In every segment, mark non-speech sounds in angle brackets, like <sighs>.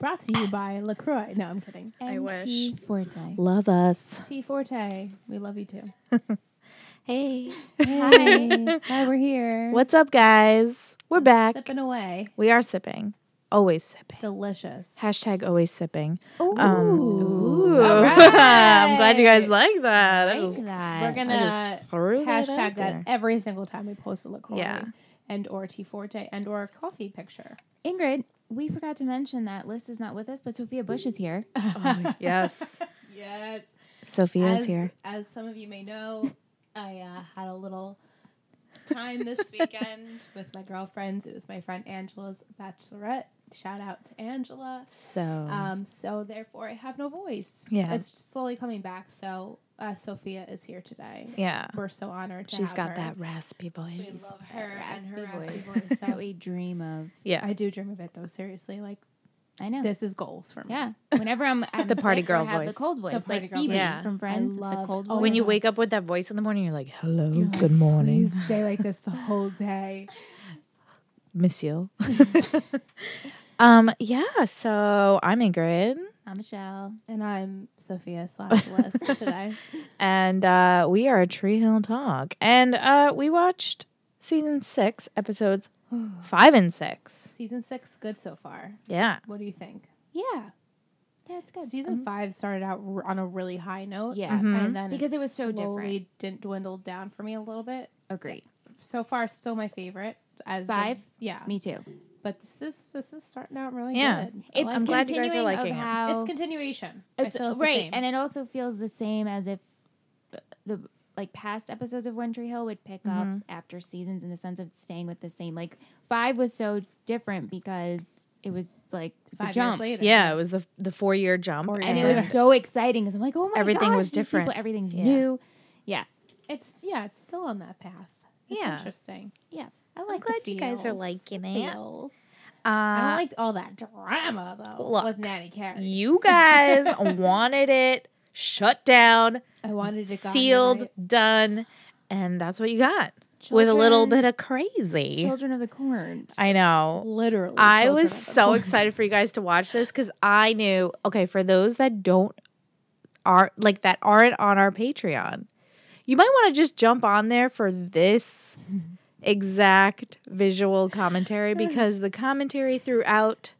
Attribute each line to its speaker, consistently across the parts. Speaker 1: Brought to you by LaCroix. No, I'm kidding.
Speaker 2: I
Speaker 3: And
Speaker 2: wish.
Speaker 3: Tea Forte.
Speaker 4: Love us.
Speaker 1: T Forte. We love you too.
Speaker 4: <laughs> Hey.
Speaker 1: Hi. Hi, we're here.
Speaker 4: What's up, guys? We're back.
Speaker 1: Sipping away.
Speaker 4: We are sipping. Always sipping.
Speaker 1: Delicious.
Speaker 4: Hashtag always sipping. Um,
Speaker 1: Ooh.
Speaker 4: Ooh.
Speaker 1: All right.
Speaker 4: <laughs> <laughs> I'm glad you guys like that. I
Speaker 3: Like
Speaker 4: just-
Speaker 3: that.
Speaker 1: We're
Speaker 4: I
Speaker 1: gonna
Speaker 4: just threw that
Speaker 1: hashtag
Speaker 4: out
Speaker 1: that
Speaker 4: there.
Speaker 1: every single time we post a LaCroix
Speaker 4: Yeah.
Speaker 1: and or T Forte and or a coffee picture.
Speaker 3: Ingrid, we forgot to mention that Liz is not with us, but Sophia Bush is here.
Speaker 4: Yes.
Speaker 1: <laughs> Yes.
Speaker 4: Sophia
Speaker 1: as,
Speaker 4: is here.
Speaker 1: As some of you may know, I uh, had a little time this
Speaker 4: <laughs>
Speaker 1: weekend with my girlfriends. It was my friend Angela's bachelorette. Shout out to Angela.
Speaker 4: So
Speaker 1: Um, so therefore, I have no voice.
Speaker 4: Yeah.
Speaker 1: it's slowly coming back. So uh, Sophia is here today.
Speaker 4: yeah,
Speaker 1: We're so honored. To
Speaker 4: she's
Speaker 1: have
Speaker 4: got
Speaker 1: her.
Speaker 4: that raspy
Speaker 1: We
Speaker 4: voice.
Speaker 1: love her and her
Speaker 3: raspy
Speaker 1: raspy
Speaker 3: voice.
Speaker 1: voice.
Speaker 3: that
Speaker 1: So
Speaker 3: we dream of.
Speaker 4: Yeah,
Speaker 1: I do dream of it though. Seriously, like
Speaker 3: I know.
Speaker 1: this is goals for me.
Speaker 3: yeah. Whenever <laughs> I'm, I'm
Speaker 4: The party
Speaker 3: sick,
Speaker 4: girl
Speaker 3: I have
Speaker 4: voice.
Speaker 3: the cold voice,
Speaker 1: party
Speaker 3: like
Speaker 1: girl
Speaker 3: Phoebe
Speaker 4: voice. Yeah.
Speaker 3: from Friends.
Speaker 1: love
Speaker 3: the cold
Speaker 1: it. Oh,
Speaker 3: voice.
Speaker 4: when you
Speaker 1: yeah.
Speaker 4: wake up with that voice in the morning, you're like, "Hello,
Speaker 1: You're like,
Speaker 4: good morning,
Speaker 1: Please stay like this the whole day.
Speaker 4: miss
Speaker 1: <laughs>
Speaker 4: you." <laughs> um, yeah. So I'm Ingrid,
Speaker 3: I'm Michelle.
Speaker 1: And I'm Sophia slash
Speaker 3: <laughs>
Speaker 1: Liz today.
Speaker 4: and uh, we are Tree Hill Talk, and uh, we watched season six, episodes
Speaker 1: <sighs>
Speaker 4: five and six.
Speaker 1: Season six, good so far.
Speaker 4: Yeah,
Speaker 1: What do you think?
Speaker 3: Yeah. Yeah, it's good. Um,
Speaker 1: Season five started out r- on a really high note.
Speaker 3: Yeah. Mm-hmm.
Speaker 4: Mhm.
Speaker 1: And then
Speaker 3: Because it was so
Speaker 1: slowly didn't dwindle down for me a little bit.
Speaker 3: Agreed.
Speaker 1: So far, still my favorite. As of-
Speaker 3: Five?
Speaker 1: yeah.
Speaker 3: Me too.
Speaker 1: but this is this is starting out really
Speaker 4: Yeah.
Speaker 1: good. I
Speaker 3: It's
Speaker 1: like
Speaker 4: I'm glad you guys are
Speaker 3: continuing
Speaker 4: liking
Speaker 3: of
Speaker 4: it.
Speaker 1: it.
Speaker 3: how
Speaker 1: it's continuation. I
Speaker 3: It's,
Speaker 1: feel it's the
Speaker 3: right,
Speaker 1: same.
Speaker 3: and it also feels the same as if the like past episodes of One Tree Hill would pick
Speaker 4: Mm-hmm.
Speaker 3: up after seasons in the sense of staying with the same. Like five was so different because it was like the
Speaker 1: five years
Speaker 3: jump,
Speaker 1: later.
Speaker 4: yeah. It was the the four year jump,
Speaker 1: Four
Speaker 3: and it
Speaker 1: years
Speaker 3: was so exciting because I'm like, oh my
Speaker 4: Everything
Speaker 3: gosh,
Speaker 4: was
Speaker 3: these people,
Speaker 4: different.
Speaker 3: everything's
Speaker 4: Yeah.
Speaker 3: new. Yeah,
Speaker 1: It's yeah, it's still on that path. It's
Speaker 4: Yeah.
Speaker 1: interesting.
Speaker 3: yeah.
Speaker 1: I
Speaker 4: I'm
Speaker 1: like.
Speaker 4: glad
Speaker 1: the
Speaker 4: you guys are
Speaker 1: feels.
Speaker 4: liking it.
Speaker 1: Feels.
Speaker 4: Uh,
Speaker 1: I don't like all that drama though
Speaker 4: Look.
Speaker 1: with Natty Carey.
Speaker 4: You guys
Speaker 1: <laughs>
Speaker 4: wanted it shut down,
Speaker 1: I wanted it gone,
Speaker 4: sealed,
Speaker 1: right?
Speaker 4: done, and that's what you got with a little bit
Speaker 3: Children-
Speaker 4: of crazy.
Speaker 3: Children of the Corn.
Speaker 4: I know.
Speaker 1: Literally,
Speaker 4: I
Speaker 1: children
Speaker 4: was
Speaker 1: of the
Speaker 4: so
Speaker 1: corn.
Speaker 4: excited for you guys to watch this because I knew. Okay, for those that don't are like that aren't on our Patreon, you might want to just jump on there for
Speaker 3: <laughs>
Speaker 4: this exact visual commentary because the commentary throughout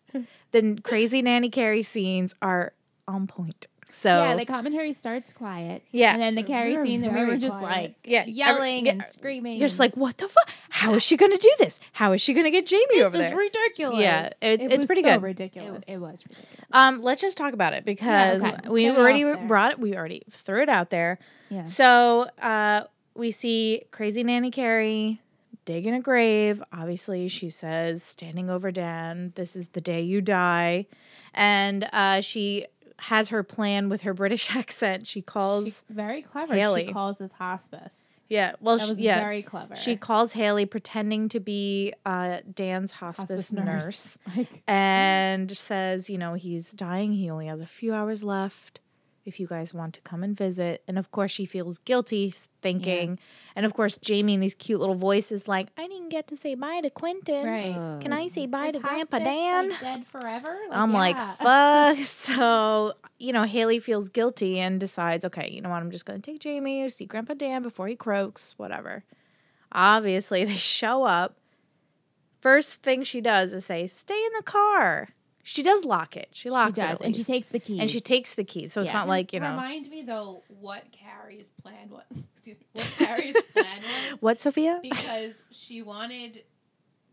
Speaker 4: the crazy nanny Carey scenes are on point. So
Speaker 3: Yeah, the commentary starts quiet.
Speaker 4: Yeah.
Speaker 3: and then the Carrie
Speaker 1: We're
Speaker 3: scene, and we
Speaker 1: very
Speaker 3: were just
Speaker 1: quiet.
Speaker 3: like
Speaker 4: Yeah, every-
Speaker 3: yelling
Speaker 4: yeah,
Speaker 3: and screaming.
Speaker 4: You're just
Speaker 3: and,
Speaker 4: like, what the fuck? How is she going to do this? How is she going to get Jamie
Speaker 3: this
Speaker 4: over
Speaker 3: is
Speaker 4: there?
Speaker 3: ridiculous.
Speaker 4: yeah, it,
Speaker 1: It
Speaker 4: it's
Speaker 1: was
Speaker 4: pretty
Speaker 1: so
Speaker 4: good.
Speaker 1: Ridiculous.
Speaker 3: it, it was ridiculous.
Speaker 4: Um, let's just talk about it because
Speaker 3: okay.
Speaker 4: we
Speaker 1: Let's get it
Speaker 4: already
Speaker 1: off there.
Speaker 4: brought it. We already threw it out there.
Speaker 3: Yeah.
Speaker 4: So uh, we see crazy nanny Carrie digging a grave. Obviously, she says, "Standing over Dan, this is the day you die," and uh, she has her plan with her British <laughs> accent. She calls,
Speaker 1: She's very clever.
Speaker 4: Haley.
Speaker 1: She calls this hospice.
Speaker 4: yeah, well,
Speaker 1: That
Speaker 4: she,
Speaker 1: was
Speaker 4: yeah,
Speaker 1: very clever. <laughs>
Speaker 4: She calls Haley pretending to be uh, Dan's hospice,
Speaker 1: Hospice
Speaker 4: nurse.
Speaker 1: like
Speaker 4: and says, you know, he's dying. He only has a few hours left. If you guys want to come and visit. And of course, she feels guilty s- thinking. And of course, Jamie in these cute little voices, like, I didn't get to say bye to Quentin.
Speaker 1: right.
Speaker 3: Uh,
Speaker 4: Can I say bye
Speaker 1: Is
Speaker 4: to Grandpa
Speaker 1: hospice,
Speaker 4: Dan?
Speaker 1: like, dead forever.
Speaker 4: I'm
Speaker 1: yeah.
Speaker 4: like,
Speaker 3: <laughs>
Speaker 4: fuck. So, you know, Haley feels guilty and decides, okay, you know what? I'm just going to take Jamie to see Grandpa Dan before he croaks, whatever. Obviously, they show up. First thing she does is say, stay in the car. She does lock it. She
Speaker 3: she
Speaker 4: locks it.
Speaker 3: does,
Speaker 4: at
Speaker 3: and she
Speaker 4: least.
Speaker 3: takes the keys.
Speaker 4: And she takes the key. So it's
Speaker 3: Yeah.
Speaker 4: not like, you know,
Speaker 1: Remind me though what Carrie's plan. What <laughs> excuse me. What
Speaker 4: <laughs>
Speaker 1: Carrie's plan was
Speaker 4: what, Sophia?
Speaker 1: because she wanted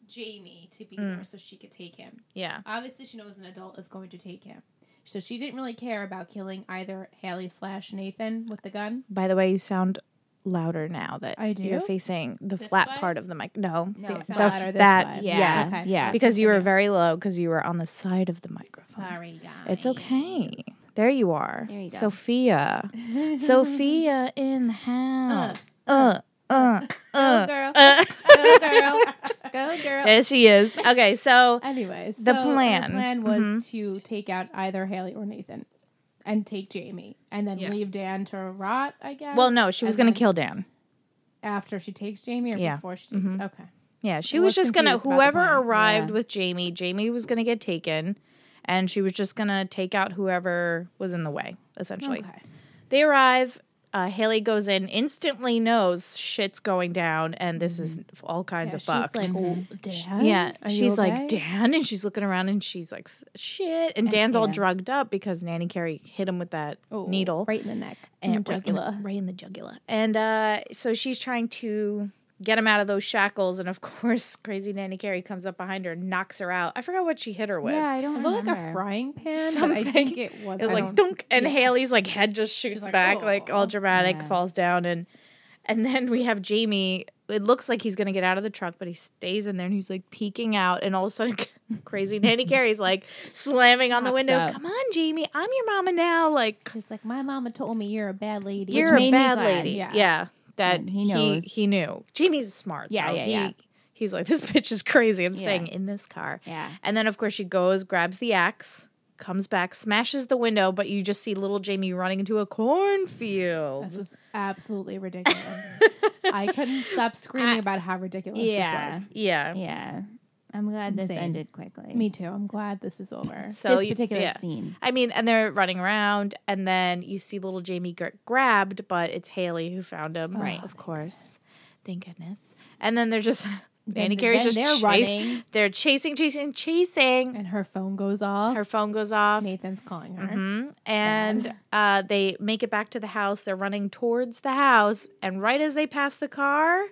Speaker 1: Jamie to be
Speaker 4: Mm.
Speaker 1: there so she could take him.
Speaker 4: <laughs> yeah.
Speaker 1: Obviously, she knows an adult is going to take him. So she didn't really care about killing either Haley slash Nathan with the gun.
Speaker 4: By the way, you sound louder now that
Speaker 1: I do?
Speaker 4: you're facing the
Speaker 1: This
Speaker 4: flat
Speaker 1: way?
Speaker 4: part of the mic. No,
Speaker 3: No,
Speaker 4: the-
Speaker 3: it's
Speaker 4: the-
Speaker 3: not
Speaker 1: louder this
Speaker 4: that,
Speaker 1: way.
Speaker 4: yeah,
Speaker 3: Yeah. Yeah.
Speaker 4: because you were very low because you were on the side of the microphone.
Speaker 1: Sorry, guys.
Speaker 4: It's okay. There you are.
Speaker 3: There you go.
Speaker 4: Sophia. <laughs> Sophia in the house. Uh, uh, uh.
Speaker 3: go girl,
Speaker 4: uh.
Speaker 3: go girl, go girl.
Speaker 4: <laughs> there she is. Okay, so
Speaker 1: Anyways,
Speaker 4: The
Speaker 1: so
Speaker 4: plan. Mm-hmm.
Speaker 1: The plan was to take out either Haley or Nathan, and take Jamie, and then
Speaker 4: Yeah.
Speaker 1: leave Dan to rot. I guess.
Speaker 4: well, no, she was
Speaker 1: And
Speaker 4: gonna
Speaker 1: then
Speaker 4: kill Dan.
Speaker 1: after she takes Jamie, or
Speaker 4: Yeah. Mm-hmm.
Speaker 1: before she takes. Okay.
Speaker 4: Yeah, she
Speaker 1: I
Speaker 4: was
Speaker 1: was
Speaker 4: just gonna
Speaker 1: confused about the
Speaker 4: whoever
Speaker 1: plan.
Speaker 4: arrived
Speaker 3: Yeah.
Speaker 4: with Jamie, Jamie was gonna get taken, and she was just gonna take out whoever was in the way. Essentially,
Speaker 1: Okay.
Speaker 4: they arrive. Uh, Haley goes in, instantly knows shit's going down, and this is all kinds
Speaker 1: Yeah,
Speaker 4: of fucked.
Speaker 1: She's like, "Oh, Dan,
Speaker 4: Mm-hmm. yeah,
Speaker 1: are you
Speaker 4: she's like
Speaker 1: okay?"
Speaker 4: Dan, and she's looking around, and she's like, "Shit!" And Dan's all
Speaker 3: yeah.
Speaker 4: drugged up because Nanny Carey hit him with that
Speaker 1: Oh,
Speaker 4: needle
Speaker 1: right in the neck
Speaker 4: and
Speaker 1: and
Speaker 4: Right in,
Speaker 1: jugular.
Speaker 4: the, right in the jugular. And uh, so she's trying to get him out of those shackles, and of <laughs> course, crazy Nanny Carey comes up behind her, and knocks her out. I forgot what she hit her with.
Speaker 3: Yeah, I don't
Speaker 1: It looked like a
Speaker 3: remember.
Speaker 1: frying pan. but I
Speaker 4: Something.
Speaker 1: think it was.
Speaker 4: It was
Speaker 1: I
Speaker 4: like
Speaker 1: don't-
Speaker 4: dunk, and
Speaker 1: yeah.
Speaker 4: Haley's like head just shoots
Speaker 1: like,
Speaker 4: back, like all
Speaker 1: "Oh."
Speaker 4: dramatic,
Speaker 3: Yeah.
Speaker 4: falls down, and and then we have Jamie. It looks like he's gonna get out of the truck, but he stays in there, and he's like peeking out, and all of a sudden, <laughs> crazy Nanny Carey's like slamming on the
Speaker 3: Pops
Speaker 4: window.
Speaker 3: up.
Speaker 4: Come on, Jamie, I'm your mama now. Like
Speaker 1: She's like, my mama told me you're a bad lady.
Speaker 4: you're
Speaker 3: made
Speaker 4: a
Speaker 3: me
Speaker 4: bad
Speaker 3: glad.
Speaker 4: lady. Yeah.
Speaker 1: Yeah.
Speaker 4: That
Speaker 3: And
Speaker 4: he
Speaker 3: he
Speaker 4: he,
Speaker 3: knows.
Speaker 4: knew. Jamie's smart.
Speaker 3: Yeah,
Speaker 4: though.
Speaker 3: yeah,
Speaker 4: he,
Speaker 3: yeah.
Speaker 4: He's like, this <laughs> bitch is crazy. I'm
Speaker 3: Yeah.
Speaker 4: staying in this car.
Speaker 3: Yeah.
Speaker 4: And then, of course, she goes, grabs the axe, comes back, smashes the window, but you just see little Jamie running into a cornfield.
Speaker 1: This was absolutely ridiculous.
Speaker 4: <laughs>
Speaker 1: I couldn't stop screaming about how ridiculous
Speaker 3: Yeah.
Speaker 1: this
Speaker 4: yeah.
Speaker 3: Yeah. I'm glad this
Speaker 1: Insane.
Speaker 3: ended quickly.
Speaker 1: was. Me too. I'm glad this is
Speaker 4: <laughs>
Speaker 1: over.
Speaker 4: So
Speaker 3: this
Speaker 4: you-
Speaker 3: particular
Speaker 4: yeah.
Speaker 3: scene.
Speaker 4: I mean, and they're running around, and then you see little Jamie get grabbed, but it's Haley who found him,
Speaker 1: Oh,
Speaker 4: right? Of
Speaker 1: thank
Speaker 4: course, thank goodness. And then they're just Danny
Speaker 1: th-
Speaker 4: Carey's
Speaker 1: then
Speaker 4: just
Speaker 1: they're
Speaker 4: chase-
Speaker 1: running.
Speaker 4: They're chasing, chasing, chasing.
Speaker 1: And her phone goes off.
Speaker 4: Her phone goes off.
Speaker 1: Nathan's calling her.
Speaker 4: Mhm. And uh, they make it back to the house. They're running towards the house, and right as they pass the car,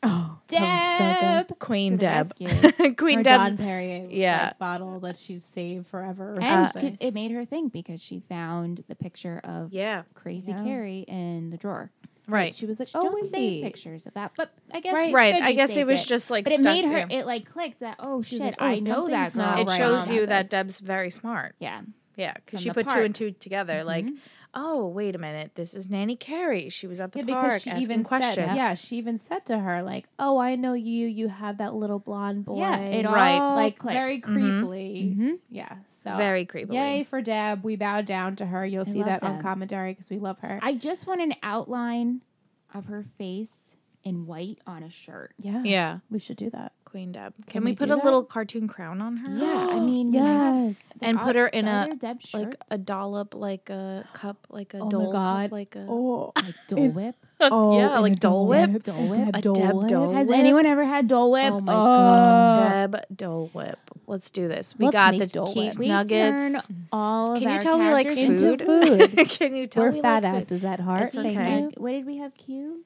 Speaker 1: Oh,
Speaker 3: Deb.
Speaker 4: Queen
Speaker 3: To the
Speaker 4: Deb, <laughs>
Speaker 3: rescue.
Speaker 4: Queen
Speaker 1: Her
Speaker 4: Deb's
Speaker 1: Don Perrier like,
Speaker 4: Yeah.
Speaker 1: bottle that she saved forever. Or
Speaker 3: and
Speaker 1: something.
Speaker 3: it made her think because she found the picture of
Speaker 4: yeah,
Speaker 3: Crazy
Speaker 1: Yeah.
Speaker 3: Carrie in the drawer.
Speaker 4: right,
Speaker 1: she was like,
Speaker 3: Oh,
Speaker 1: "Oh,
Speaker 3: don't
Speaker 1: wait."
Speaker 3: save pictures of that, but I guess
Speaker 1: Right.
Speaker 3: it's
Speaker 4: right.
Speaker 3: good
Speaker 4: I
Speaker 3: you
Speaker 4: guess it
Speaker 3: saved
Speaker 4: was just like
Speaker 3: but it
Speaker 4: stuck
Speaker 3: made her.
Speaker 4: there.
Speaker 3: It like clicked that oh
Speaker 1: She
Speaker 3: shit,
Speaker 1: was like,
Speaker 3: I
Speaker 1: oh,
Speaker 3: know that
Speaker 1: something's
Speaker 3: girl.
Speaker 1: not
Speaker 4: It
Speaker 1: right
Speaker 4: shows
Speaker 1: on
Speaker 4: you that
Speaker 1: this.
Speaker 4: Deb's very smart.
Speaker 3: Yeah,
Speaker 4: Yeah, because
Speaker 3: From
Speaker 4: she
Speaker 3: the
Speaker 4: put two and
Speaker 3: park.
Speaker 4: two together. Like, oh, wait a minute, this is Nanny Carey. She was at the
Speaker 1: Yeah,
Speaker 4: park
Speaker 1: because she
Speaker 4: asking
Speaker 1: even
Speaker 4: questions.
Speaker 1: said, yeah, she even said to her like, "Oh, I know you. You have that little blonde boy."
Speaker 3: yeah, it all
Speaker 4: Right. Mm.
Speaker 1: like
Speaker 3: clicked.
Speaker 1: very creepily.
Speaker 3: Mhm.
Speaker 1: Yeah, so
Speaker 4: very creepy.
Speaker 1: Yay for Deb. We bow down to her. You'll
Speaker 3: I
Speaker 1: see
Speaker 3: love
Speaker 1: that on
Speaker 3: Deb.
Speaker 1: commentary because we love her.
Speaker 3: I just want an outline of her face in white on a shirt.
Speaker 1: yeah,
Speaker 4: Yeah,
Speaker 1: we should do that.
Speaker 4: Queen Deb. Can,
Speaker 1: Can
Speaker 4: we
Speaker 1: we
Speaker 4: put
Speaker 1: do
Speaker 4: a
Speaker 1: that?
Speaker 4: little cartoon crown on her?
Speaker 3: Yeah, I mean,
Speaker 1: yes.
Speaker 3: like,
Speaker 4: And
Speaker 3: are-
Speaker 4: put her in
Speaker 3: are
Speaker 4: a-
Speaker 3: there Deb shirts?
Speaker 4: like a dollop, like a cup, like a
Speaker 1: Oh my
Speaker 4: dole cup,
Speaker 1: God.
Speaker 4: like a
Speaker 1: oh,
Speaker 3: like Dole Whip.
Speaker 1: oh,
Speaker 4: yeah,
Speaker 1: and
Speaker 4: like
Speaker 1: a
Speaker 4: Dole Whip.
Speaker 1: Deb-
Speaker 3: Dole
Speaker 1: Deb
Speaker 3: Whip.
Speaker 4: A Deb <laughs> Dole
Speaker 3: Has
Speaker 4: Whip.
Speaker 3: anyone ever had Dole Whip?
Speaker 1: Oh my God.
Speaker 4: Deb Dole Whip. Let's do this. We
Speaker 1: Let's
Speaker 4: got
Speaker 1: make
Speaker 4: the
Speaker 1: Dole
Speaker 4: Keef
Speaker 1: Whip.
Speaker 3: We turn
Speaker 4: nuggets.
Speaker 3: all of
Speaker 4: Can you
Speaker 3: our
Speaker 4: tell we like
Speaker 3: characters into
Speaker 4: food?
Speaker 1: into
Speaker 4: <laughs>
Speaker 1: food.
Speaker 4: Can you tell
Speaker 1: We're
Speaker 4: we
Speaker 1: fat
Speaker 4: like food?
Speaker 1: asses at heart.
Speaker 4: It's
Speaker 1: Thank
Speaker 4: okay.
Speaker 1: you.
Speaker 3: Nug- what did we have? Q.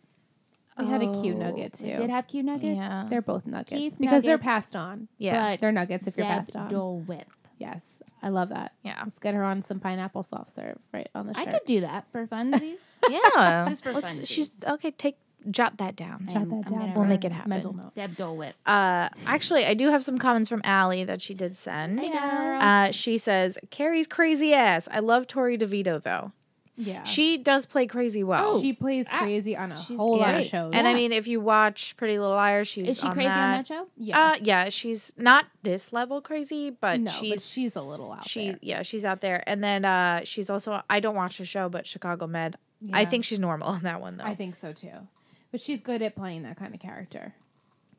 Speaker 1: We had a Q
Speaker 4: Oh,
Speaker 1: nugget too.
Speaker 3: We did have Q nuggets.
Speaker 4: Yeah.
Speaker 1: They're both nuggets
Speaker 3: Keith
Speaker 1: because they're
Speaker 3: nuggets.
Speaker 1: passed on.
Speaker 4: Yeah.
Speaker 3: But
Speaker 1: They're nuggets if you're
Speaker 3: Deb
Speaker 1: passed on.
Speaker 3: Dole Whip.
Speaker 1: Yes, I love that. <laughs>
Speaker 4: yeah. <laughs>
Speaker 1: Let's get her on some pineapple soft serve right on the
Speaker 3: I
Speaker 1: shirt.
Speaker 3: could do that
Speaker 4: <laughs>
Speaker 3: for funsies.
Speaker 4: Yeah.
Speaker 3: Just for
Speaker 4: Let's-
Speaker 3: funsies.
Speaker 4: She's okay, take jot that down.
Speaker 3: Okay.
Speaker 1: jot
Speaker 3: I'm-
Speaker 1: that
Speaker 3: I'm
Speaker 1: down.
Speaker 3: gonna
Speaker 1: for
Speaker 4: We'll make it happen.
Speaker 1: Mental note.
Speaker 3: Deb Dole Whip.
Speaker 4: Uh actually I do have some comments from Allie that she did send.
Speaker 3: Hey,
Speaker 1: Dara.
Speaker 3: girl.
Speaker 4: Uh, she says, Carrie's crazy ass. I love Tori DeVito though.
Speaker 1: Yeah, Oh,
Speaker 4: She does play crazy well.
Speaker 1: she plays
Speaker 3: ah,
Speaker 1: crazy on a
Speaker 3: she's
Speaker 1: whole lot of
Speaker 3: great.
Speaker 1: shows.
Speaker 4: and I
Speaker 3: yeah.
Speaker 4: mean, if you watch Pretty Little Liars, she's
Speaker 3: Is she crazy on that show?
Speaker 1: yes.
Speaker 4: Uh, yeah, she's not this level crazy, but
Speaker 1: no,
Speaker 4: she's
Speaker 1: but she's a little out
Speaker 4: she
Speaker 1: there.
Speaker 4: yeah she's out there. And then uh, she's also I don't watch the show, but Chicago Med. I
Speaker 1: Yeah.
Speaker 4: think she's normal on that one though.
Speaker 1: I think so too. But she's good at playing that kind of character.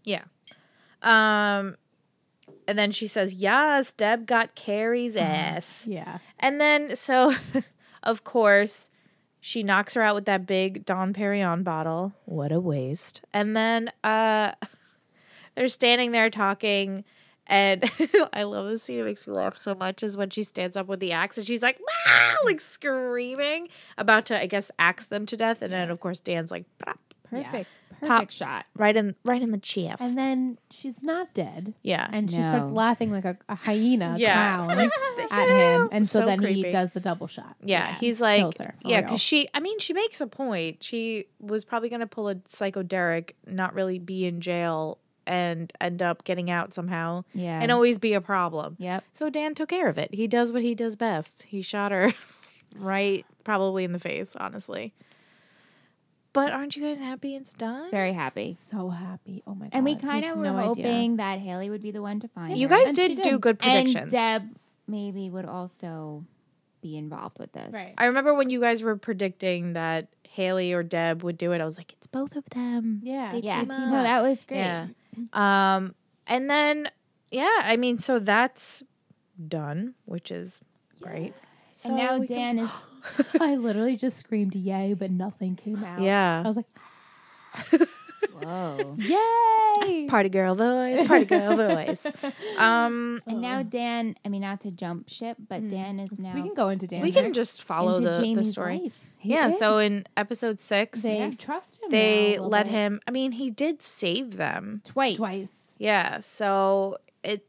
Speaker 4: Yeah. Um and then she says, "Yes, Deb got Carrie's
Speaker 1: Mm-hmm.
Speaker 4: ass."
Speaker 1: Yeah,
Speaker 4: and then so <laughs> of course, she knocks her out with that big Don Perignon bottle. What a waste. And then uh <laughs> they're standing there talking and <laughs> I love this scene. It makes me laugh so much. Is when she stands up with the axe and she's like,
Speaker 1: <laughs>
Speaker 4: "Ah!" like screaming, about to, I guess, axe them to death. And then, of course, Dan's like, "Prop,"
Speaker 3: Perfect. Perfect
Speaker 4: Pop-
Speaker 3: shot.
Speaker 4: right in, right in the chest.
Speaker 1: and then she's not dead,
Speaker 4: yeah,
Speaker 1: and she starts
Speaker 3: No.
Speaker 1: laughing like a, a hyena
Speaker 4: Yeah.
Speaker 1: clown
Speaker 4: <laughs>
Speaker 1: at <laughs> him, and so,
Speaker 4: So
Speaker 1: then
Speaker 4: creepy.
Speaker 1: he does the double shot.
Speaker 4: Yeah,
Speaker 3: Yeah,
Speaker 4: he's like,
Speaker 1: kills her, for
Speaker 4: yeah,
Speaker 1: real.
Speaker 4: because she, I mean, she makes a point. She was probably going to pull a psycho Derek, not really be in jail and end up getting out somehow
Speaker 3: Yeah.
Speaker 4: and always be a problem.
Speaker 3: Yep.
Speaker 4: So Dan took care of it. He does what he does best. He shot her <laughs> right, probably in the face, honestly. But aren't you guys happy it's done?
Speaker 3: Very happy.
Speaker 1: So happy. Oh my god.
Speaker 3: And we
Speaker 1: you
Speaker 3: kind
Speaker 1: have
Speaker 3: of were
Speaker 1: no idea.
Speaker 3: hoping that Haley would be the one to find
Speaker 4: Uh, you
Speaker 3: her.
Speaker 4: guys
Speaker 1: And she
Speaker 4: did, do
Speaker 1: did.
Speaker 4: good predictions.
Speaker 3: And Deb maybe would also be involved with this.
Speaker 1: Right.
Speaker 4: I remember when you guys were predicting that Haley or Deb would do it. I was like, it's both of them.
Speaker 1: Yeah.
Speaker 4: They
Speaker 3: Yeah.
Speaker 4: team
Speaker 3: No,
Speaker 4: up.
Speaker 3: that was great.
Speaker 4: Yeah. Um, and then yeah, I mean, so that's done, which is great. So
Speaker 3: and now
Speaker 4: we can- <gasps>
Speaker 3: Dan is
Speaker 1: <laughs> I literally just screamed yay, but nothing came out. I
Speaker 4: yeah,
Speaker 1: was like,
Speaker 3: whoa.
Speaker 4: <laughs>
Speaker 1: yay!
Speaker 4: party girl voice, party girl voice. Um,
Speaker 3: And now Dan, I mean, not to jump ship, but Dan is now
Speaker 1: we can go into Dan.
Speaker 4: Hmm. we can just follow
Speaker 3: into
Speaker 4: the, the
Speaker 3: Jamie's
Speaker 4: story.
Speaker 3: life.
Speaker 1: He
Speaker 4: Yeah. So
Speaker 1: is.
Speaker 4: in episode six,
Speaker 1: they
Speaker 4: they,
Speaker 1: trust him. now a little
Speaker 4: let
Speaker 1: bit.
Speaker 4: him. I mean, he did save them.
Speaker 3: twice.
Speaker 1: twice.
Speaker 4: Yeah. So it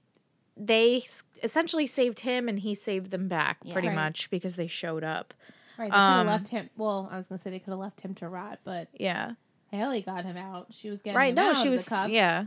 Speaker 4: they s- essentially saved him, and he saved them back
Speaker 3: Yeah.
Speaker 4: pretty
Speaker 1: Right.
Speaker 4: much because they showed up.
Speaker 1: Right. They could have
Speaker 4: Um,
Speaker 1: left him. Well, I was gonna say they could have left him to rot, but
Speaker 4: Yeah.
Speaker 1: Haley got him out. She was getting
Speaker 4: Right.
Speaker 1: Him
Speaker 4: No,
Speaker 1: out
Speaker 4: she
Speaker 1: of
Speaker 4: was.
Speaker 1: The cups.
Speaker 4: Yeah.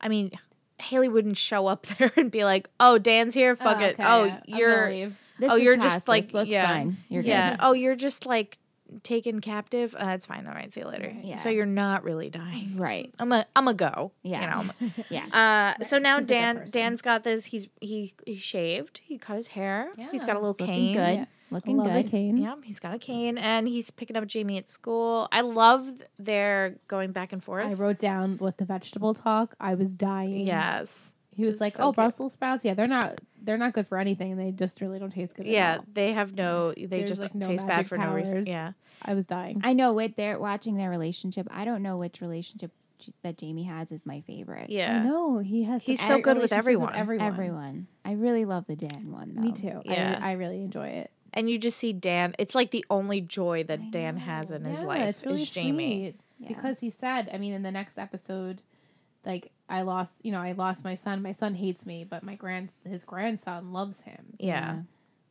Speaker 4: I mean, Haley wouldn't show up <laughs> there and be like, "Oh, Dan's here.
Speaker 1: Oh,
Speaker 4: Fuck it.
Speaker 1: okay,
Speaker 4: Oh,
Speaker 1: yeah. I'm gonna
Speaker 4: you're
Speaker 1: leave.
Speaker 3: This
Speaker 4: Oh,
Speaker 3: is
Speaker 4: you're just,
Speaker 3: hospice.
Speaker 4: like-
Speaker 3: looks
Speaker 4: yeah.
Speaker 3: fine. You're
Speaker 4: yeah.
Speaker 3: good.
Speaker 4: Oh, you're just like taken captive. Uh, it's fine. All right. See you later.
Speaker 1: Right.
Speaker 3: Yeah.
Speaker 4: So you're not really dying. <laughs>
Speaker 3: Right.
Speaker 4: I'm a I'm a go.
Speaker 3: Yeah.
Speaker 4: You know. I'm a-
Speaker 1: <laughs>
Speaker 3: Yeah.
Speaker 4: Uh, so now
Speaker 1: She's a good
Speaker 4: Dan
Speaker 1: person.
Speaker 4: Dan's got this. He's he he shaved. He cut his hair. he's got
Speaker 1: Yeah,
Speaker 4: a little
Speaker 3: It's
Speaker 4: cane.
Speaker 3: Looking good.
Speaker 1: Yeah.
Speaker 3: Looking
Speaker 1: Love a
Speaker 3: good.
Speaker 1: cane.
Speaker 4: Yep, he's got a cane, and he's picking up Jamie at school. I love their going back and forth.
Speaker 1: I wrote down with the vegetable talk. I was dying.
Speaker 4: yes,
Speaker 1: He was
Speaker 4: It's
Speaker 1: like,
Speaker 4: so
Speaker 1: "Oh,
Speaker 4: cute.
Speaker 1: Brussels sprouts. Yeah, they're not. They're not good for anything. They just really don't taste good." at
Speaker 4: yeah,
Speaker 1: all."
Speaker 4: they have no. They
Speaker 1: There's,
Speaker 4: just
Speaker 1: like, no
Speaker 4: taste bad
Speaker 1: magic
Speaker 4: for no reason.
Speaker 1: powers.
Speaker 4: Yeah,
Speaker 1: I was dying.
Speaker 3: I know with their watching their relationship, I don't know which relationship J- that Jamie has is my favorite.
Speaker 1: I
Speaker 4: yeah.
Speaker 1: know he has. some
Speaker 4: He's so
Speaker 1: great
Speaker 4: good with
Speaker 1: relationships
Speaker 4: everyone.
Speaker 1: everyone.
Speaker 3: Everyone. I really love the Dan one though.
Speaker 1: Me too.
Speaker 4: Yeah.
Speaker 1: I, I really enjoy it.
Speaker 4: And you just see Dan. It's like the only joy that Dan has in his
Speaker 1: yeah,
Speaker 4: life
Speaker 1: it's really
Speaker 4: is Jamie.
Speaker 1: sweet
Speaker 3: Yeah.
Speaker 1: because he said. I mean, in the next episode, like I lost. You know, I lost my son. My son hates me, but my grand his grandson loves him,
Speaker 4: Yeah.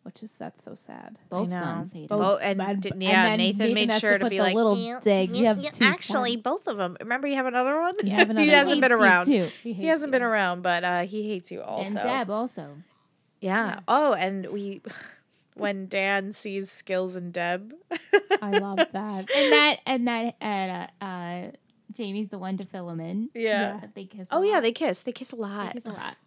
Speaker 1: which is that's so sad.
Speaker 3: Both
Speaker 4: know.
Speaker 3: sons hate
Speaker 1: Both-
Speaker 3: him.
Speaker 4: Oh, and,
Speaker 1: and-
Speaker 4: d-
Speaker 1: and
Speaker 4: yeah,
Speaker 1: then
Speaker 4: Nathan,
Speaker 1: Nathan
Speaker 4: made
Speaker 1: has to
Speaker 4: sure to,
Speaker 1: put
Speaker 4: be
Speaker 1: the
Speaker 4: like,
Speaker 1: little
Speaker 4: "Ew,
Speaker 1: dig,
Speaker 4: ew,
Speaker 1: you have
Speaker 4: ew."
Speaker 1: two
Speaker 4: actually
Speaker 1: sons.
Speaker 4: both of them. Remember, you have another one. <laughs>
Speaker 1: You have
Speaker 4: he
Speaker 1: another
Speaker 4: hasn't
Speaker 1: one.
Speaker 4: been
Speaker 3: Hates you,
Speaker 4: around.
Speaker 3: too.
Speaker 4: He hasn't been around, but uh, he hates you also.
Speaker 3: And Deb also.
Speaker 4: Yeah. Oh, and we <laughs> when Dan sees skills in Deb. <laughs>
Speaker 1: I love that.
Speaker 3: And that and that and uh, uh Jamie's the one to fill him in.
Speaker 1: Yeah.
Speaker 3: That They kiss. a
Speaker 4: Oh yeah,
Speaker 3: lot.
Speaker 4: they kiss. They kiss a lot. Oh,
Speaker 3: kiss a lot.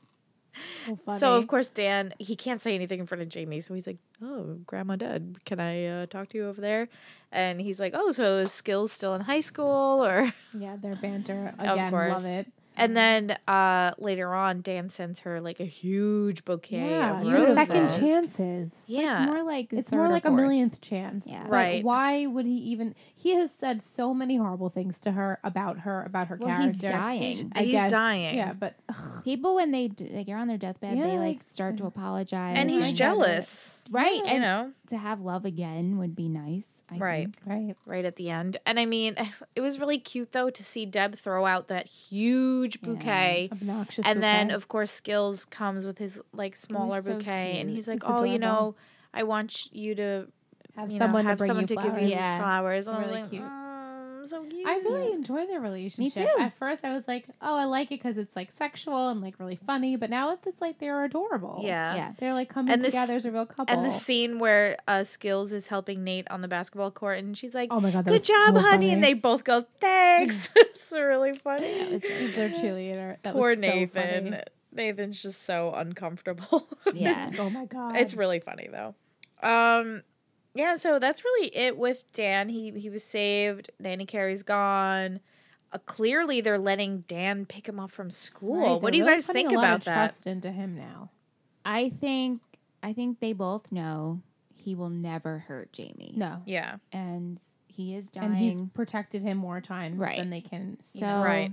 Speaker 1: So funny.
Speaker 4: So of course Dan he can't say anything in front of Jamie, so he's like, "Oh, Grandma Deb, can I uh, talk to you over there?" And he's like, "Oh, so is Skills still in high school?" Or <laughs>
Speaker 1: yeah, their banter again.
Speaker 4: course.
Speaker 1: Love it.
Speaker 4: and then uh, later on, Dan sends her like a huge bouquet
Speaker 1: Yeah,
Speaker 4: of
Speaker 1: it's
Speaker 4: roses.
Speaker 1: a second chances.
Speaker 4: Yeah,
Speaker 3: More like
Speaker 1: It's
Speaker 3: third
Speaker 1: more
Speaker 3: or
Speaker 1: like a
Speaker 3: fourth.
Speaker 1: millionth chance.
Speaker 3: Yeah.
Speaker 1: Like,
Speaker 4: Right.
Speaker 1: why would he even? He has said so many horrible things to her about her, about her
Speaker 3: Well, he's
Speaker 1: character.
Speaker 3: dying.
Speaker 1: I
Speaker 4: He's
Speaker 1: guess-
Speaker 4: dying.
Speaker 1: Yeah, but ugh,
Speaker 3: People when they d- like are on their deathbed,
Speaker 1: Yeah,
Speaker 3: they
Speaker 1: like-
Speaker 3: like start to apologize.
Speaker 4: and
Speaker 1: I
Speaker 4: he's
Speaker 1: get
Speaker 4: jealous,
Speaker 3: right.
Speaker 4: you
Speaker 3: and
Speaker 4: know.
Speaker 3: to have love again would be nice. I
Speaker 4: Right.
Speaker 3: think.
Speaker 1: right.
Speaker 4: right at the end. And I mean, <laughs> it was really cute though to see Deb throw out that huge bouquet.
Speaker 1: Obnoxious.
Speaker 4: And then
Speaker 1: bouquet. Oh,
Speaker 4: of course Skills comes with his like smaller
Speaker 3: so
Speaker 4: bouquet and
Speaker 3: cute.
Speaker 4: he's like,
Speaker 1: It's
Speaker 4: "Oh, you
Speaker 1: adorable.
Speaker 4: know, I want you to
Speaker 1: have
Speaker 4: you
Speaker 1: someone
Speaker 4: know, have
Speaker 1: to bring
Speaker 4: someone
Speaker 1: you
Speaker 4: to
Speaker 1: flowers.
Speaker 4: give you
Speaker 3: Yeah.
Speaker 4: flowers." And I
Speaker 1: Really
Speaker 4: was like,
Speaker 1: cute.
Speaker 4: "Mm, so cute."
Speaker 1: I really enjoy their relationship.
Speaker 3: too.
Speaker 1: At first, I was like, "Oh, I like it because it's like sexual and like really funny," but now it's, it's like they're adorable.
Speaker 4: yeah.
Speaker 3: Yeah.
Speaker 1: they're like coming
Speaker 4: And this-
Speaker 1: together as a real couple.
Speaker 4: And the scene where uh, Skills is helping Nate on the basketball court, and she's like,
Speaker 1: oh my god, that
Speaker 4: "Good
Speaker 1: was
Speaker 4: job,
Speaker 1: so
Speaker 4: honey!"
Speaker 1: funny.
Speaker 4: And they both go, "Thanks." <laughs> it's really funny.
Speaker 3: That was
Speaker 1: She's their cheerleader. That
Speaker 4: Poor
Speaker 1: was so
Speaker 4: Nathan.
Speaker 1: funny.
Speaker 4: Nathan's just so uncomfortable. <laughs>
Speaker 3: yeah. <laughs>
Speaker 1: Oh my god.
Speaker 4: It's really funny though. Um yeah, so that's really it with Dan. He he was saved. Nanny Carey's gone. Uh, clearly, they're letting Dan pick him up from school.
Speaker 1: Right,
Speaker 4: what
Speaker 1: they're
Speaker 4: do you
Speaker 1: really
Speaker 4: guys
Speaker 1: putting
Speaker 4: think
Speaker 1: a lot of
Speaker 4: about that?
Speaker 1: Trust into him now.
Speaker 3: I think I think they both know he will never hurt Jamie.
Speaker 1: No.
Speaker 4: Yeah,
Speaker 3: And he is dying.
Speaker 1: And he's protected him more times
Speaker 3: Right.
Speaker 1: than they can. you
Speaker 3: so
Speaker 1: know.
Speaker 4: Right.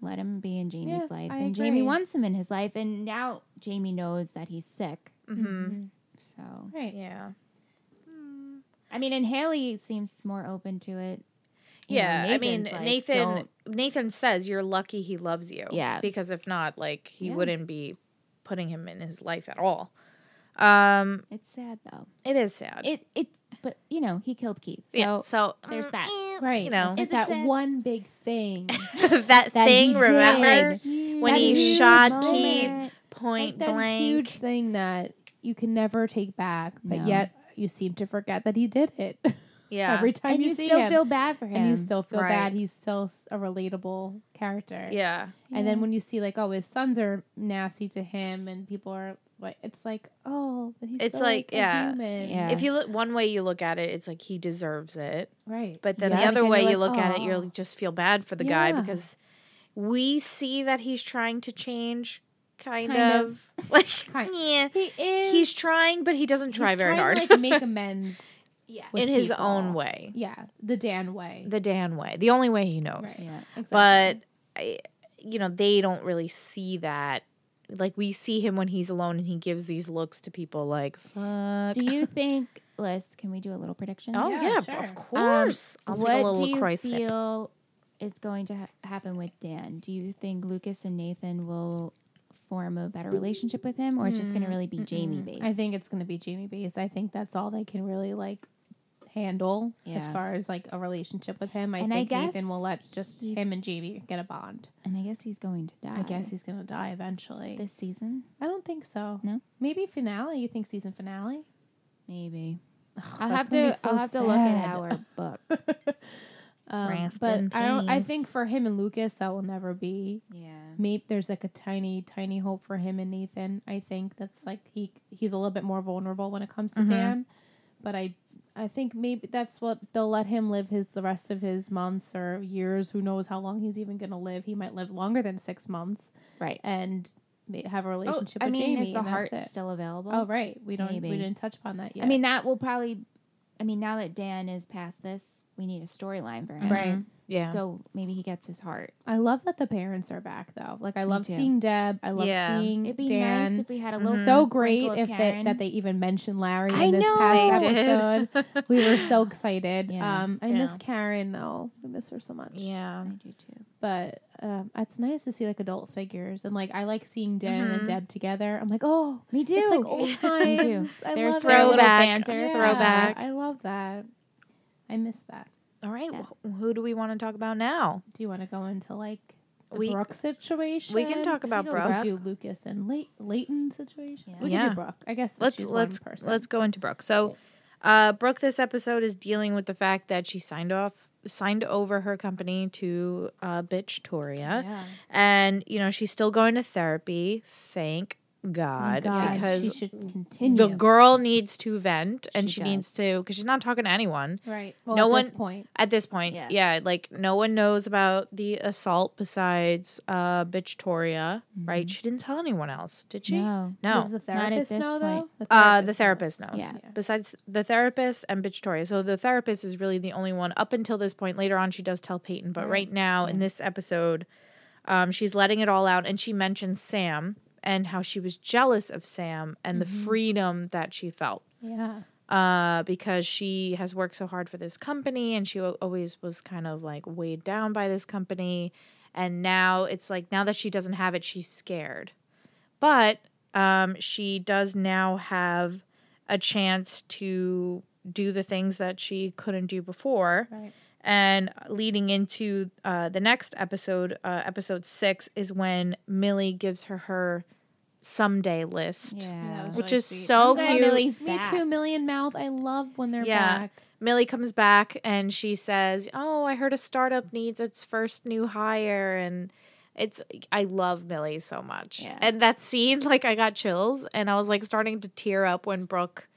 Speaker 3: let him be in Jamie's
Speaker 1: Yeah,
Speaker 3: life.
Speaker 1: I
Speaker 3: and Jamie
Speaker 1: agree.
Speaker 3: wants him in his life. And now Jamie knows that he's sick.
Speaker 4: mm-hmm.
Speaker 3: So
Speaker 1: Right.
Speaker 4: yeah,
Speaker 3: I mean and Haley seems more open to it. You know,
Speaker 4: yeah. I mean,
Speaker 3: Nathan's like,
Speaker 4: Nathan.
Speaker 3: "Don't-"
Speaker 4: Nathan says you're lucky he loves you.
Speaker 3: Yeah.
Speaker 4: because if not, like he
Speaker 3: Yeah.
Speaker 4: wouldn't be putting him in his life at all. Um,
Speaker 3: It's sad though.
Speaker 4: it is sad.
Speaker 3: It it but you know, he killed Keith. So
Speaker 4: yeah, so
Speaker 3: there's
Speaker 4: mm,
Speaker 3: that.
Speaker 4: eh,
Speaker 1: Right.
Speaker 4: You know
Speaker 1: it's
Speaker 3: It's
Speaker 1: that
Speaker 3: a sin.
Speaker 1: one big <laughs> thing.
Speaker 4: <laughs> that, thing.
Speaker 1: he
Speaker 4: Remember
Speaker 1: did.
Speaker 4: when
Speaker 1: That
Speaker 4: he
Speaker 1: huge
Speaker 4: shot
Speaker 1: moment.
Speaker 4: Keith?
Speaker 1: like
Speaker 4: point
Speaker 1: that
Speaker 4: blank.
Speaker 1: huge thing that you can never take back, but
Speaker 3: No.
Speaker 1: yet you seem to forget that he did it <laughs>
Speaker 4: yeah.
Speaker 1: every time
Speaker 3: and
Speaker 1: you,
Speaker 3: you,
Speaker 1: see
Speaker 3: still
Speaker 1: him.
Speaker 3: feel bad for him.
Speaker 1: and you still feel
Speaker 4: Right.
Speaker 1: bad. He's still s- a relatable character.
Speaker 4: yeah.
Speaker 1: And then
Speaker 3: Yeah.
Speaker 1: when you see like, oh, his sons are nasty to him, and people are like, it's like, oh, but he's
Speaker 4: It's
Speaker 1: still,
Speaker 4: like,
Speaker 1: a
Speaker 4: yeah.
Speaker 1: human.
Speaker 3: Yeah.
Speaker 4: If you look one way you look at it, it's like he deserves it.
Speaker 1: right.
Speaker 4: But then the
Speaker 1: Yeah.
Speaker 4: other
Speaker 1: Again,
Speaker 4: way
Speaker 1: you're
Speaker 4: you
Speaker 1: like,
Speaker 4: look at it,
Speaker 1: "Aw."
Speaker 4: you just feel bad for the guy
Speaker 1: Yeah.
Speaker 4: because we see that he's trying to change. kind,
Speaker 3: Kind
Speaker 4: of. <laughs> Like,
Speaker 3: Kind-
Speaker 4: yeah.
Speaker 1: He is.
Speaker 4: He's trying, but he doesn't
Speaker 1: he's
Speaker 4: try very
Speaker 1: trying
Speaker 4: hard. <laughs>
Speaker 1: To, like make amends.
Speaker 3: Yeah.
Speaker 1: with
Speaker 4: in his
Speaker 1: people.
Speaker 4: own way,
Speaker 1: Yeah, the Dan way.
Speaker 4: the Dan way, the only way he knows.
Speaker 1: Right.
Speaker 3: yeah.
Speaker 4: But I, you know, they don't really see that. Like we see him when he's alone, and he gives these looks to people like, "Fuck."
Speaker 3: Do you think, Liz, can we do a little prediction?
Speaker 4: oh
Speaker 1: Yeah,
Speaker 4: yeah,
Speaker 1: sure.
Speaker 4: of
Speaker 1: Um,
Speaker 4: course. I'll
Speaker 3: what
Speaker 4: take a little
Speaker 3: do you
Speaker 4: Croy sip.
Speaker 3: feel is going to ha- happen with Dan? Do you think Lucas and Nathan will form a better relationship with him, or it's just going to really be Jamie based?
Speaker 1: I think it's going to be Jamie based. I think that's all they can really like handle as
Speaker 3: Yeah.
Speaker 1: far as like a relationship with him. I
Speaker 3: And I
Speaker 1: think Nathan
Speaker 3: guess
Speaker 1: will let just
Speaker 3: he's-
Speaker 1: him and Jamie get a bond.
Speaker 3: and I guess he's going to die.
Speaker 1: I guess he's going to die eventually.
Speaker 3: this season,
Speaker 1: I don't think so.
Speaker 3: No?
Speaker 1: Maybe finale. You think season finale?
Speaker 3: maybe. I'll
Speaker 1: that's
Speaker 3: have
Speaker 1: gonna be
Speaker 3: to.
Speaker 1: so
Speaker 3: I'll have to look at
Speaker 1: sad.
Speaker 3: our book. <laughs>
Speaker 1: Um,
Speaker 4: Rest
Speaker 1: but
Speaker 4: in
Speaker 1: I don't. I
Speaker 4: peace.
Speaker 1: think for him and Lucas, that will never be.
Speaker 3: yeah.
Speaker 1: Maybe there's like a tiny, tiny hope for him and Nathan. I think that's like he he's a little bit more vulnerable when it comes to
Speaker 3: Mm-hmm.
Speaker 4: Mhm.
Speaker 1: Dan. But I I think maybe that's what they'll let him live his the rest of his months or years. Who knows how long he's even gonna live? He might live longer than six months
Speaker 3: Right.
Speaker 1: and may- have a
Speaker 3: Oh,
Speaker 1: relationship
Speaker 3: I
Speaker 1: with
Speaker 3: mean,
Speaker 1: Jamie.
Speaker 3: is the
Speaker 1: and that's
Speaker 3: heart
Speaker 1: it.
Speaker 3: still available?
Speaker 1: Oh right, we don't we
Speaker 3: Maybe.
Speaker 1: didn't touch upon that yet.
Speaker 3: I mean, that will probably. I mean, now that Dan is past this, we need a storyline for him.
Speaker 1: right.
Speaker 4: Yeah.
Speaker 3: So maybe he gets his heart.
Speaker 1: Mm-hmm. I love that the parents are back though. Like I love
Speaker 3: too.
Speaker 1: seeing Deb. I love
Speaker 4: Yeah.
Speaker 1: seeing
Speaker 3: It'd be
Speaker 1: Dan. Mm-hmm.
Speaker 3: nice if we had a little.
Speaker 1: so
Speaker 3: sprinkle
Speaker 1: great
Speaker 3: of
Speaker 1: if they,
Speaker 3: Karen.
Speaker 1: that they even mentioned Larry in
Speaker 3: I
Speaker 1: this
Speaker 3: know.
Speaker 1: past
Speaker 4: They did.
Speaker 3: <laughs>
Speaker 1: episode. <laughs> we were so excited.
Speaker 3: Yeah.
Speaker 1: Um, I
Speaker 4: Yeah.
Speaker 1: miss Karen though. I miss her so much.
Speaker 4: yeah.
Speaker 3: I do too.
Speaker 1: But um, it's nice to see like adult figures and like I like seeing Dan
Speaker 4: Mhm.
Speaker 3: Mm-hmm.
Speaker 1: and Deb together. I'm like, oh,
Speaker 3: Me too.
Speaker 1: it's like <laughs>
Speaker 3: <laughs>
Speaker 1: old
Speaker 3: Me too.
Speaker 1: times. I
Speaker 3: There's
Speaker 1: love it.
Speaker 3: their little
Speaker 4: Throwback.
Speaker 3: banter.
Speaker 1: Yeah,
Speaker 4: throwback.
Speaker 1: I love that. I miss that.
Speaker 4: All right.
Speaker 3: Yeah.
Speaker 4: wh- who do we want to talk about now?
Speaker 1: Do you want to go into like the
Speaker 4: We-
Speaker 1: Brooke situation?
Speaker 4: We can talk about
Speaker 3: go
Speaker 4: Brooke.
Speaker 1: We
Speaker 3: Brooke.
Speaker 1: could do Lucas and Le- Leighton situation.
Speaker 3: Yeah.
Speaker 1: We could
Speaker 4: Yeah.
Speaker 1: do Brooke. I guess
Speaker 4: let's
Speaker 1: she's
Speaker 4: let's
Speaker 1: one person.
Speaker 4: let's go into Brooke. So, uh, Brooke, this episode is dealing with the fact that she signed off signed over her company to uh, Bitch Toria,
Speaker 1: Yeah.
Speaker 4: and you know she's still going to therapy. Thank God,
Speaker 1: God, she
Speaker 4: Oh, because
Speaker 1: should continue.
Speaker 4: the girl needs to vent, and she,
Speaker 3: She
Speaker 4: needs to because she's not talking to anyone
Speaker 1: right. Well,
Speaker 4: no
Speaker 1: at
Speaker 4: one-
Speaker 1: this point.
Speaker 4: at this point.
Speaker 3: Yeah.
Speaker 4: Yeah, like no one knows about the assault besides uh, Bitch Toria, right? She didn't tell anyone else, did she?
Speaker 3: No.
Speaker 4: No.
Speaker 1: Does the
Speaker 3: at
Speaker 1: therapist
Speaker 3: this
Speaker 1: know though?
Speaker 3: point.
Speaker 4: Uh, the therapist knows.
Speaker 3: Yeah.
Speaker 4: Besides the therapist and Bitch Toria. So the therapist is really the only one up until this point. Later on, she does tell Peyton, but right now in this episode, um, she's letting it all out and she mentions Sam and how she was jealous of Sam and the freedom that she felt
Speaker 1: Yeah.
Speaker 4: uh, because she has worked so hard for this company and she al- always was kind of like weighed down by this company. And now it's like, now that she doesn't have it, she's scared. But um, she does now have a chance to do the things that she couldn't do before.
Speaker 1: Right.
Speaker 4: And leading into uh, the next episode, uh, episode six, is when Millie gives her her someday list.
Speaker 1: Yeah, that
Speaker 3: Yeah.
Speaker 1: was
Speaker 4: Which
Speaker 1: really
Speaker 4: is
Speaker 1: sweet.
Speaker 4: so
Speaker 1: I'm glad
Speaker 4: cute.
Speaker 3: Millie's
Speaker 1: Me
Speaker 3: back.
Speaker 1: too. Million mouth. I love when they're
Speaker 4: Yeah.
Speaker 1: back.
Speaker 4: Millie comes back and she says, "Oh, I heard a startup needs its first new hire and it's I love Millie so much."
Speaker 3: Yeah.
Speaker 4: And that scene like I got chills and I was like starting to tear up when Brooke,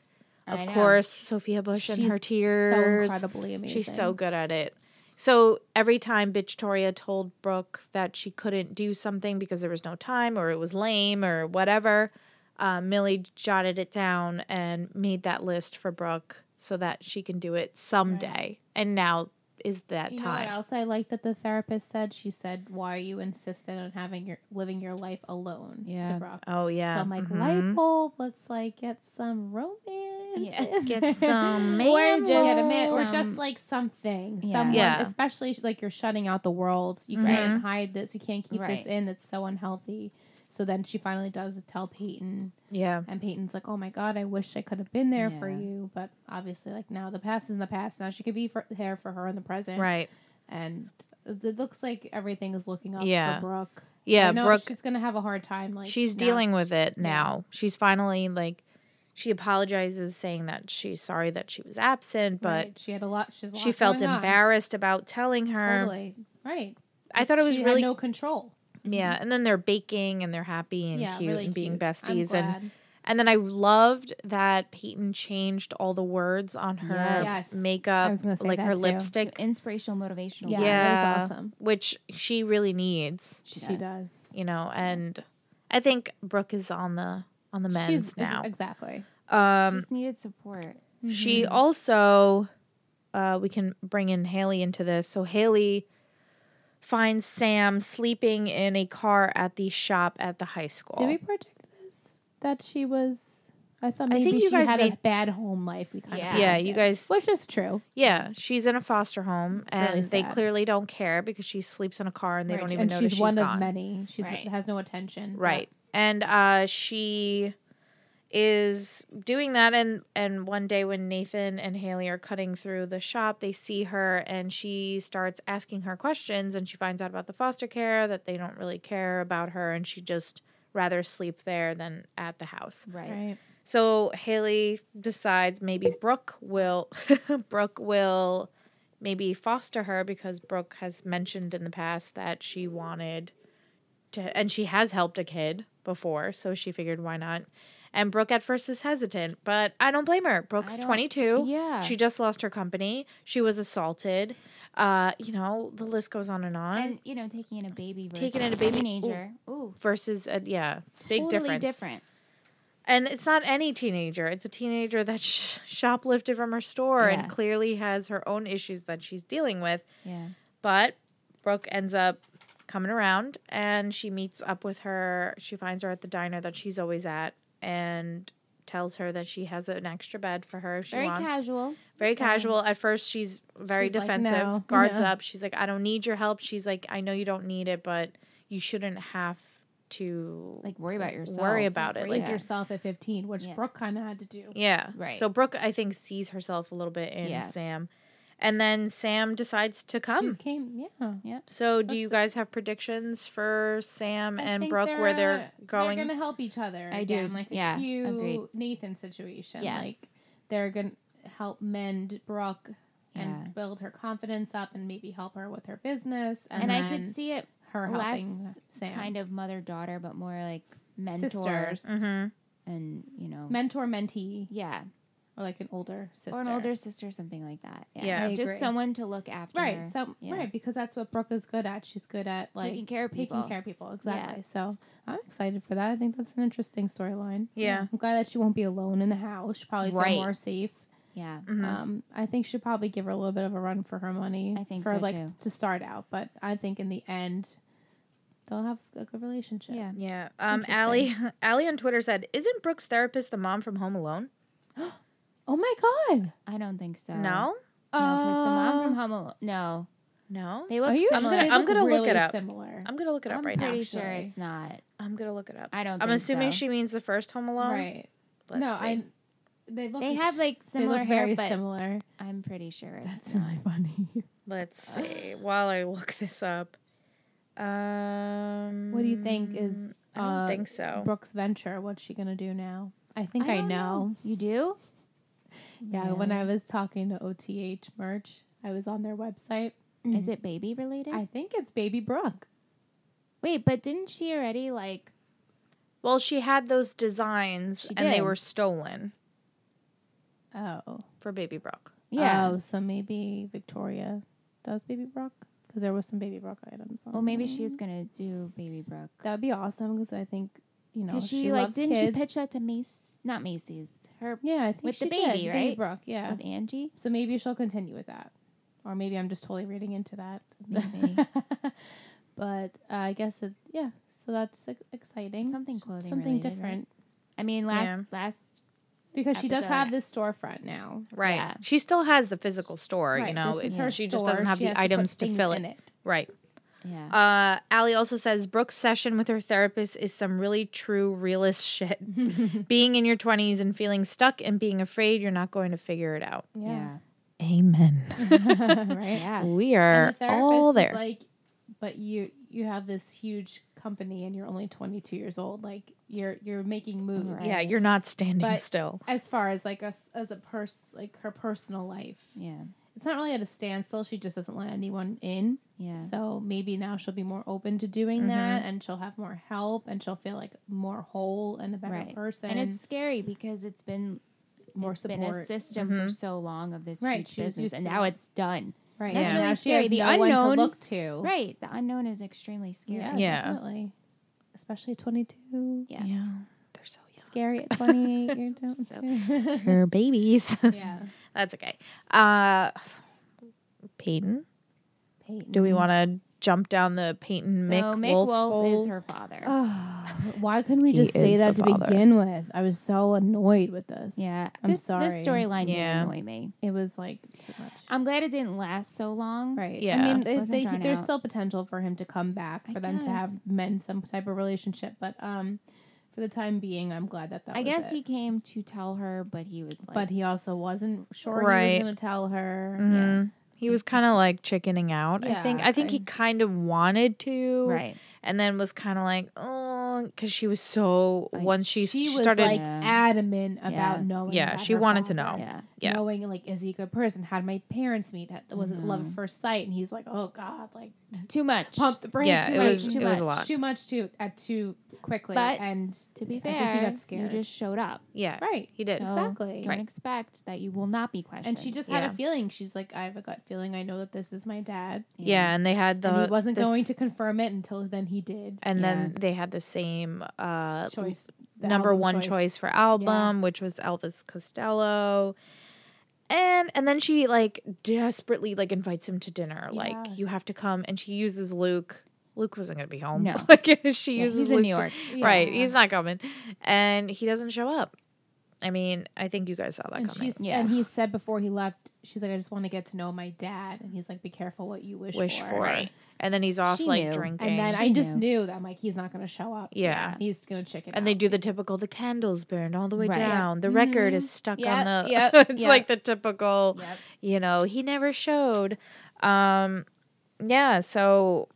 Speaker 3: I
Speaker 4: of
Speaker 3: know.
Speaker 4: course, Sophia Bush and her tears.
Speaker 1: So incredibly amazing.
Speaker 4: She's so good at it. So every time Bitch Toria told Brooke that she couldn't do something because there was no time or it was lame or whatever, uh, Millie jotted it down and made that list for Brooke so that she can do it someday. And now is that
Speaker 1: You know what
Speaker 4: time.
Speaker 1: else I like that the therapist said? She said, "Why are you insistent on having your living your life alone?"
Speaker 3: Yeah.
Speaker 1: To Brooke.
Speaker 4: oh, yeah.
Speaker 1: So I'm like,
Speaker 4: Mhm.
Speaker 1: light bulb. Let's like get some romance.
Speaker 3: Yeah.
Speaker 1: in there."
Speaker 4: Get
Speaker 1: <laughs>
Speaker 4: some
Speaker 3: Or just-
Speaker 1: get a man,
Speaker 3: Some-
Speaker 4: mammals.
Speaker 1: or just like something,
Speaker 3: Yeah.
Speaker 1: someone,
Speaker 4: Yeah. Mm-hmm.
Speaker 1: especially like you're shutting out the world. You
Speaker 4: Right.
Speaker 1: can't hide this. You can't keep this
Speaker 3: Right.
Speaker 1: in. That's so unhealthy. So then she finally does tell Peyton,
Speaker 4: Yeah.
Speaker 1: and Peyton's like, "Oh my god, I wish I could have been there for
Speaker 3: Yeah.
Speaker 1: you." But obviously, like now the past is in the past. Now she could be for, there for her in the present,
Speaker 4: Right.
Speaker 1: And it looks like everything is looking up
Speaker 4: Yeah.
Speaker 1: for Brooke. I
Speaker 4: Yeah.
Speaker 1: know
Speaker 4: Brooke
Speaker 1: she's gonna have a hard time. Like
Speaker 4: she's
Speaker 1: now.
Speaker 4: dealing with it now. She's finally like, she apologizes, saying that she's sorry that she was absent, but
Speaker 1: Right. she had a lot. She's a lot
Speaker 4: she felt
Speaker 1: going on.
Speaker 4: embarrassed about telling her.
Speaker 1: Totally right.
Speaker 4: I thought it was
Speaker 1: She had
Speaker 4: really
Speaker 1: no control.
Speaker 4: yeah. And then they're baking and they're happy and cute
Speaker 1: Mm-hmm. really
Speaker 4: and being
Speaker 1: cute. I'm
Speaker 4: besties and
Speaker 1: glad.
Speaker 4: and then I loved that Peyton changed all the words on her
Speaker 3: Yes.
Speaker 1: Yes. I
Speaker 4: makeup,
Speaker 1: was gonna say
Speaker 4: like
Speaker 1: that
Speaker 4: her
Speaker 1: too.
Speaker 3: So
Speaker 4: lipstick,
Speaker 3: inspirational, motivational.
Speaker 1: yeah,
Speaker 4: Yeah.
Speaker 1: that was awesome.
Speaker 4: which she really needs,
Speaker 1: She,
Speaker 3: She does.
Speaker 1: does.
Speaker 4: you know. And I think Brooke is on the on the men's
Speaker 1: She's
Speaker 4: now.
Speaker 1: exactly.
Speaker 3: she
Speaker 4: Um,
Speaker 3: just needed support.
Speaker 4: she
Speaker 1: Mm-hmm.
Speaker 4: also, uh, we can bring in Haley into this. So Haley finds Sam sleeping in a car at the shop at the high school.
Speaker 1: Did we project this? That she was. I thought
Speaker 4: I
Speaker 1: maybe
Speaker 4: think you
Speaker 1: she
Speaker 4: guys
Speaker 1: had a
Speaker 4: made-
Speaker 1: bad home life. We kind
Speaker 3: Yeah.
Speaker 1: of
Speaker 4: yeah,
Speaker 1: projected.
Speaker 4: you guys.
Speaker 1: which is true.
Speaker 4: Yeah, she's in a foster home,
Speaker 1: It's
Speaker 4: and
Speaker 1: really
Speaker 4: they
Speaker 1: sad.
Speaker 4: clearly don't care because she sleeps in a car and they don't
Speaker 1: Right.
Speaker 4: even
Speaker 1: and
Speaker 4: know
Speaker 1: she's
Speaker 4: that she's
Speaker 1: one
Speaker 4: gone.
Speaker 1: of many. She
Speaker 3: Right.
Speaker 1: has no attention.
Speaker 4: Right. And uh, she is doing that and and one day when Nathan and Haley are cutting through the shop, they see her and she starts asking her questions and she finds out about the foster care that they don't really care about her and she just rather sleep there than at the house.
Speaker 1: Yeah.
Speaker 3: Right.
Speaker 1: Right.
Speaker 4: So Haley decides maybe Brooke will <laughs> Brooke will maybe foster her because Brooke has mentioned in the past that she wanted to and she has helped a kid before, so she figured why not. And Brooke at first is hesitant, but I don't blame her. Brooke's
Speaker 3: don't-
Speaker 4: 22.
Speaker 3: yeah.
Speaker 4: She just lost her company. She was assaulted. Uh, you know, the list goes on and on.
Speaker 3: And you know, taking in a baby versus
Speaker 4: Taking in a baby-
Speaker 3: teenager. Ooh,
Speaker 4: versus a yeah, big
Speaker 3: totally
Speaker 4: difference.
Speaker 3: different.
Speaker 4: And it's not any teenager. It's a teenager that sh- shoplifted from her store
Speaker 3: Yeah.
Speaker 4: and clearly has her own issues that she's dealing with.
Speaker 3: Yeah.
Speaker 4: But Brooke ends up coming around and she meets up with her. She finds her at the diner that she's always at and tells her that she has an extra bed for her if she
Speaker 3: Very
Speaker 4: wants.
Speaker 3: casual.
Speaker 4: Very casual. At first, she's very
Speaker 1: She's like,
Speaker 4: defensive,
Speaker 1: "No,
Speaker 4: guards
Speaker 1: no."
Speaker 4: up. She's like, I don't need your help. She's like, I know you don't need it, but you shouldn't have to
Speaker 3: Like worry about yourself.
Speaker 4: worry about it.
Speaker 1: Raise
Speaker 4: Like,
Speaker 3: Yeah.
Speaker 1: yourself at 15, which
Speaker 3: Yeah.
Speaker 1: Brooke kind of had to do.
Speaker 4: Yeah.
Speaker 3: Right.
Speaker 4: So Brooke, I think, sees herself a little bit in
Speaker 3: Yeah.
Speaker 4: Sam. And then Sam decides to come.
Speaker 1: She came, yeah.
Speaker 4: so do you
Speaker 3: Let's-
Speaker 4: guys have predictions for Sam
Speaker 1: I
Speaker 4: and
Speaker 1: think
Speaker 4: Brooke where
Speaker 1: uh,
Speaker 4: they're going?
Speaker 1: They're gonna help each other.
Speaker 3: I
Speaker 1: again,
Speaker 3: do.
Speaker 1: Like a
Speaker 3: Yeah,
Speaker 1: cute
Speaker 3: agreed.
Speaker 1: Nathan situation.
Speaker 3: Yeah.
Speaker 1: Like they're gonna help mend Brooke
Speaker 3: Yeah.
Speaker 1: and build her confidence up, and maybe help her with her business. And,
Speaker 3: And I
Speaker 1: then
Speaker 3: could see it
Speaker 1: her helping
Speaker 3: less
Speaker 1: Sam.
Speaker 3: kind of mother daughter, but more like mentor
Speaker 1: sisters,
Speaker 4: Mhm.
Speaker 3: and you know
Speaker 1: mentor, mentee,
Speaker 3: Yeah,
Speaker 1: or like an older sister,
Speaker 3: or an older sister, something like that. Yeah,
Speaker 4: Yeah.
Speaker 1: I
Speaker 3: just
Speaker 1: agree.
Speaker 3: someone to look after.
Speaker 1: Right.
Speaker 3: her.
Speaker 1: So
Speaker 3: Yeah.
Speaker 1: right because that's what Brooke is good at. She's good at like
Speaker 3: taking care of people.
Speaker 1: taking care of people exactly. So I'm excited for that. I think that's an interesting storyline.
Speaker 4: Yeah.
Speaker 1: I'm glad that she won't be alone in the house. She probably feel
Speaker 3: Right.
Speaker 1: more safe.
Speaker 3: Yeah,
Speaker 4: Mhm.
Speaker 1: Um, I think she'd probably give her a little bit of a run for her money.
Speaker 3: I think
Speaker 1: for
Speaker 3: so,
Speaker 1: like
Speaker 3: too.
Speaker 1: to start out, but I think in the end they'll have a good relationship.
Speaker 3: yeah.
Speaker 4: yeah. Um Allie <laughs> Allie on Twitter said, Isn't Brooke's therapist the mom from Home Alone?
Speaker 1: Oh my god.
Speaker 3: I don't think so.
Speaker 4: No?
Speaker 1: Oh,
Speaker 3: no, because the mom from Home Alone. No,
Speaker 4: No?
Speaker 3: they
Speaker 1: are
Speaker 3: look
Speaker 1: you
Speaker 4: I'm
Speaker 1: sure?
Speaker 3: similar.
Speaker 4: gonna-
Speaker 1: They
Speaker 4: I'm gonna look
Speaker 1: really
Speaker 4: it up.
Speaker 1: Similar.
Speaker 4: I'm gonna look it up
Speaker 3: I'm
Speaker 4: right
Speaker 3: pretty
Speaker 4: now.
Speaker 3: sure
Speaker 1: actually.
Speaker 3: it's not.
Speaker 4: I'm gonna look it up.
Speaker 3: I don't.
Speaker 4: I'm
Speaker 3: think
Speaker 4: assuming
Speaker 3: so.
Speaker 4: she means the first Home Alone.
Speaker 1: right.
Speaker 4: Let's
Speaker 1: no,
Speaker 4: see.
Speaker 1: I. They look.
Speaker 3: They have, like,
Speaker 1: they look
Speaker 3: similar hair,
Speaker 1: very
Speaker 3: but-
Speaker 1: similar.
Speaker 3: I'm pretty sure. It's,
Speaker 1: That's really funny.
Speaker 4: Let's see. While I look this up. Um
Speaker 1: What do you think is
Speaker 4: I
Speaker 3: Mm,
Speaker 4: don't
Speaker 1: uh,
Speaker 4: think so.
Speaker 1: Brooke's venture? What's she gonna do now? I think I,
Speaker 3: don't
Speaker 1: know.
Speaker 3: You do?
Speaker 1: Yeah, when I was talking to OTH merch, I was on their website.
Speaker 3: Is it baby related?
Speaker 1: I think it's Baby Brooke.
Speaker 3: Wait, but didn't she already like?
Speaker 4: Well, she had those designs
Speaker 3: She
Speaker 4: and they
Speaker 3: did.
Speaker 4: were stolen
Speaker 1: Oh,
Speaker 4: for Baby Brooke.
Speaker 3: Yeah.
Speaker 1: Oh, so maybe Victoria does Baby Brooke because there was some Baby Brooke items. on
Speaker 3: well, maybe
Speaker 1: there.
Speaker 3: she is gonna do baby Brooke.
Speaker 1: That would be awesome because I think you know
Speaker 3: Cause she,
Speaker 1: she,
Speaker 3: like
Speaker 1: loves
Speaker 3: didn't
Speaker 1: kids.
Speaker 3: she pitch that to Mace? Not Macy's. Her
Speaker 1: yeah, I think
Speaker 3: with the
Speaker 1: she did.
Speaker 3: baby,
Speaker 1: Baby
Speaker 3: right?
Speaker 1: Brooke, yeah.
Speaker 3: with Angie.
Speaker 1: So maybe she'll continue with that. Or maybe I'm just totally reading into that.
Speaker 3: Maybe.
Speaker 1: <laughs> but uh, I guess it, yeah. So that's ex- exciting.
Speaker 3: Something
Speaker 1: S-
Speaker 3: clothing
Speaker 1: something
Speaker 3: related, right?
Speaker 1: different
Speaker 3: I mean, last last
Speaker 1: because she does
Speaker 3: Episode.
Speaker 1: have this storefront now.
Speaker 4: Right.
Speaker 3: Yeah.
Speaker 4: She still has the physical store, you
Speaker 1: Right,
Speaker 4: know.
Speaker 1: this is
Speaker 4: it-
Speaker 1: her
Speaker 4: she just
Speaker 1: store.
Speaker 4: doesn't have
Speaker 1: She
Speaker 4: the
Speaker 1: has put
Speaker 4: items to
Speaker 1: things
Speaker 4: fill
Speaker 1: in
Speaker 4: it. Right.
Speaker 3: yeah.
Speaker 4: Uh Allie also says Brooke's session with her therapist is some really true realist <laughs> shit. being in your 20s and feeling stuck and being afraid you're not going to figure it out.
Speaker 1: Yeah,
Speaker 3: yeah.
Speaker 4: Amen. <laughs>
Speaker 1: <laughs> right.
Speaker 3: Yeah.
Speaker 4: we
Speaker 1: And
Speaker 4: are
Speaker 1: the therapist
Speaker 4: all
Speaker 1: was
Speaker 4: there.
Speaker 1: like, but you you have this huge company and you're only 22 years old. Like you're you're making moves.
Speaker 3: Right.
Speaker 4: yeah, you're not standing
Speaker 1: But-
Speaker 4: still.
Speaker 1: As far as like us as a person, like her personal life,
Speaker 3: Yeah.
Speaker 1: it's not really at a standstill. She just doesn't let anyone in.
Speaker 3: Yeah. Mm-hmm.
Speaker 1: So maybe now she'll be more open to doing that and she'll have more help and she'll feel like more whole and a better
Speaker 3: right.
Speaker 1: person.
Speaker 3: And it's scary because it's been
Speaker 1: more
Speaker 3: it's
Speaker 1: support. Mm-hmm.
Speaker 3: been a system for so long of this
Speaker 1: Right,
Speaker 3: huge
Speaker 1: she was
Speaker 3: business,
Speaker 1: used
Speaker 3: and
Speaker 1: to
Speaker 3: now
Speaker 1: that.
Speaker 3: it's done.
Speaker 1: right.
Speaker 3: that's
Speaker 1: yeah.
Speaker 3: really
Speaker 1: now she has
Speaker 3: scary. The
Speaker 1: no one
Speaker 3: unknown-
Speaker 1: to look to.
Speaker 3: <laughs> Right. The unknown is extremely scary.
Speaker 1: Yeah,
Speaker 4: Yeah.
Speaker 1: definitely. especially 22. <sighs>
Speaker 3: Yeah.
Speaker 4: They're so young. <laughs>
Speaker 1: Scary at 28. You're
Speaker 3: <laughs>
Speaker 1: down
Speaker 4: So-
Speaker 1: too.
Speaker 4: They're babies.
Speaker 1: yeah.
Speaker 4: <laughs> That's okay. Uh Peyton.
Speaker 1: Peyton.
Speaker 4: Do we want to jump down the Peyton
Speaker 3: So
Speaker 4: Mick,
Speaker 3: Mick
Speaker 4: Wolf,
Speaker 3: Wolf,
Speaker 4: hole?
Speaker 3: is her father.
Speaker 1: Oh, <sighs> why couldn't we
Speaker 4: He
Speaker 1: just say
Speaker 4: is
Speaker 1: that to
Speaker 4: the father.
Speaker 1: begin with? I was so annoyed with this.
Speaker 3: yeah.
Speaker 1: I'm
Speaker 3: this,
Speaker 1: sorry.
Speaker 3: This storyline
Speaker 4: Yeah.
Speaker 3: didn't annoy me.
Speaker 1: It was like too much.
Speaker 3: I'm glad it didn't last so long.
Speaker 1: Right. I
Speaker 4: Yeah.
Speaker 1: mean, they,
Speaker 3: Wasn't
Speaker 1: they,
Speaker 3: drawn
Speaker 1: there's
Speaker 3: out.
Speaker 1: still potential for him to come back,
Speaker 3: I
Speaker 1: for them to
Speaker 3: guess.
Speaker 1: have men some type of relationship. But um, for the time being, I'm glad that that
Speaker 3: I
Speaker 1: was
Speaker 3: guess
Speaker 1: it.
Speaker 3: he came to tell her, but he was like, Mm-hmm.
Speaker 1: But he also wasn't sure he
Speaker 4: Right.
Speaker 1: was going to tell her.
Speaker 4: Mhm. He was kind of like chickening out. I think.
Speaker 1: Yeah,
Speaker 4: I think he
Speaker 1: I-
Speaker 4: kind of wanted to,
Speaker 3: right.
Speaker 4: And then was kind of like, oh, because she was so
Speaker 3: Like,
Speaker 4: once she,
Speaker 1: She,
Speaker 4: s-
Speaker 1: was
Speaker 4: started.
Speaker 1: like
Speaker 3: Yeah.
Speaker 1: adamant about
Speaker 3: Yeah.
Speaker 1: knowing.
Speaker 4: Yeah,
Speaker 1: about
Speaker 4: she
Speaker 1: her
Speaker 4: wanted to
Speaker 1: father,
Speaker 4: know.
Speaker 3: Yeah.
Speaker 4: Yeah.
Speaker 1: Knowing like, is he a good person? How did my parents meet? Ha- Was it love
Speaker 3: Mhm.
Speaker 1: at first sight? And he's like, oh god, like
Speaker 3: Too much.
Speaker 1: pump the brakes.
Speaker 4: yeah,
Speaker 1: too
Speaker 4: it
Speaker 1: much,
Speaker 4: was
Speaker 1: too
Speaker 4: it was a
Speaker 3: much.
Speaker 4: lot.
Speaker 1: too much too at too quickly.
Speaker 3: But-
Speaker 1: and
Speaker 3: To be
Speaker 1: I think he
Speaker 3: fair,
Speaker 1: got scared.
Speaker 3: you just showed up.
Speaker 4: Yeah,
Speaker 1: right,
Speaker 4: he did.
Speaker 3: So
Speaker 1: Exactly.
Speaker 3: Don't
Speaker 1: Right.
Speaker 3: expect that you will not be questioned.
Speaker 1: and she just had
Speaker 4: Yeah.
Speaker 1: a feeling. She's like, I have a gut feeling. I know that this is my dad,
Speaker 4: yeah. and they had the
Speaker 1: and he wasn't
Speaker 4: this-
Speaker 1: going to confirm it until then. He did.
Speaker 4: And
Speaker 3: Yeah.
Speaker 4: then they had the same uh,
Speaker 1: Choice the
Speaker 4: number
Speaker 1: album
Speaker 4: one choice. for album,
Speaker 1: Yeah.
Speaker 4: which was Elvis Costello. And and then she like desperately like invites him to dinner.
Speaker 1: Yeah.
Speaker 4: Like you have to come, and she uses Luke. Luke wasn't gonna be home.
Speaker 3: No.
Speaker 4: <laughs> like she
Speaker 3: Yeah,
Speaker 4: uses
Speaker 3: he's
Speaker 4: Luke
Speaker 3: in New
Speaker 4: to-
Speaker 3: York.
Speaker 4: <laughs> right?
Speaker 1: Yeah.
Speaker 4: He's not coming, and he doesn't show up. I mean, I think you guys saw that
Speaker 1: and
Speaker 4: coming.
Speaker 1: she's
Speaker 3: Yeah.
Speaker 1: and he said before he left, she's like, I just want to get to know my dad, and he's like, Be careful what you wish,
Speaker 4: Wish
Speaker 1: for.
Speaker 4: for,
Speaker 3: Right.
Speaker 4: and then he's off
Speaker 3: She
Speaker 4: like
Speaker 3: knew. And
Speaker 4: drinking.
Speaker 1: And then
Speaker 3: She
Speaker 1: I just
Speaker 3: knew.
Speaker 1: knew that I'm like, he's not going to show up.
Speaker 4: yeah.
Speaker 3: Yeah.
Speaker 1: he's going to chicken.
Speaker 4: And they do the typical the candles burned all the way
Speaker 3: Right. Yep. Mm-hmm.
Speaker 4: down. The record is stuck on
Speaker 3: Yep,
Speaker 4: the <laughs>
Speaker 3: yep,
Speaker 4: it's
Speaker 3: yep.
Speaker 4: like the typical,
Speaker 1: Yep.
Speaker 4: you know, he never showed. Um yeah, so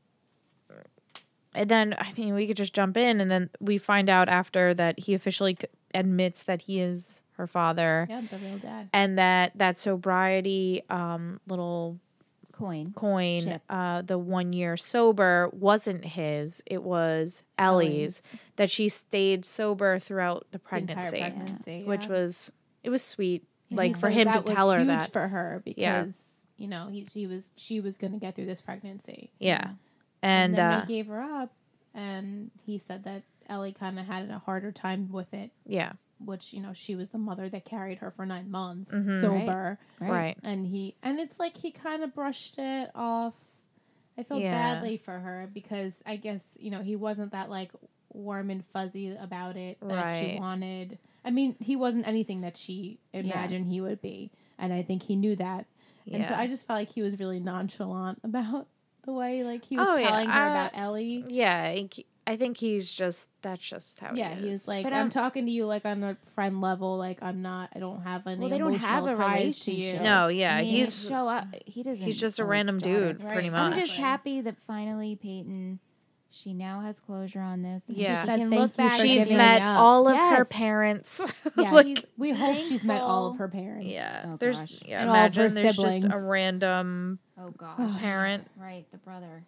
Speaker 4: and then I mean, we could just jump in and then we find out after that he officially c- admits that he is her father
Speaker 1: yeah, the real dad.
Speaker 4: and that that sobriety um little
Speaker 3: coin.
Speaker 4: coin
Speaker 3: Chip.
Speaker 4: uh the one year sober wasn't his it was ellie's, that she stayed sober throughout the
Speaker 1: The entire
Speaker 4: pregnancy
Speaker 1: pregnancy,
Speaker 4: which
Speaker 1: yeah.
Speaker 4: was it was sweet
Speaker 1: And
Speaker 4: like
Speaker 1: he
Speaker 4: for
Speaker 1: said
Speaker 4: him to
Speaker 1: that was
Speaker 4: tell her
Speaker 1: huge
Speaker 4: that
Speaker 1: for her
Speaker 4: Yeah.
Speaker 1: because you know he, she was she was going to get through this pregnancy.
Speaker 4: yeah and,
Speaker 1: then
Speaker 4: uh
Speaker 1: they gave her up, and he said that Ellie kind of had a harder time with it,
Speaker 4: yeah
Speaker 1: which you know she was the mother that carried her for nine months
Speaker 4: Mhm.
Speaker 1: sober,
Speaker 4: right,
Speaker 1: and he and it's like he kind of brushed it off. I feel
Speaker 4: Yeah.
Speaker 1: badly for her because I guess you know he wasn't that like warm and fuzzy about it that she
Speaker 4: Right.
Speaker 1: wanted. I mean, he wasn't anything that she imagined he would be, and I think he knew that. And so
Speaker 4: yeah.
Speaker 1: I just felt like he was really nonchalant <laughs> about the way like he was
Speaker 4: Oh, yeah,
Speaker 1: telling her
Speaker 4: uh,
Speaker 1: about Ellie.
Speaker 4: yeah I think- I think he's just that's just how
Speaker 1: Yeah,
Speaker 4: he is.
Speaker 1: he was like,
Speaker 3: But um,
Speaker 1: I'm,
Speaker 3: I'm-
Speaker 1: talking to you like on a friend level. Like I'm not. I don't have any.
Speaker 3: Well, they don't have
Speaker 1: emotional
Speaker 3: a
Speaker 1: ties to you."
Speaker 3: relationship.
Speaker 4: no
Speaker 3: I
Speaker 4: yeah
Speaker 3: mean,
Speaker 4: he's
Speaker 3: show up. He doesn't.
Speaker 4: he's just a
Speaker 3: tell his
Speaker 4: random
Speaker 3: daughter.
Speaker 4: dude
Speaker 1: Right.
Speaker 4: pretty
Speaker 1: I'm
Speaker 4: much
Speaker 3: I'm just
Speaker 1: Honestly.
Speaker 3: happy that finally Peyton, she now has closure on this. and
Speaker 4: Yeah.
Speaker 3: she
Speaker 1: She said
Speaker 3: can
Speaker 1: thank
Speaker 3: look
Speaker 1: you
Speaker 3: back.
Speaker 1: for
Speaker 3: and
Speaker 4: she's
Speaker 1: giving
Speaker 3: be
Speaker 4: met
Speaker 1: up.
Speaker 4: all of her
Speaker 3: Yes.
Speaker 4: parents <laughs>
Speaker 1: Yeah,
Speaker 4: Like,
Speaker 1: she's- we hope she's met all of her parents.
Speaker 4: Yeah,
Speaker 3: Oh,
Speaker 4: there's
Speaker 3: gosh.
Speaker 4: yeah.
Speaker 1: And all of her
Speaker 4: imagine there's just a
Speaker 1: siblings.
Speaker 4: random
Speaker 3: like, Oh
Speaker 1: <sighs>
Speaker 4: <laughs>
Speaker 3: gosh.
Speaker 4: parent.
Speaker 3: right, the brother.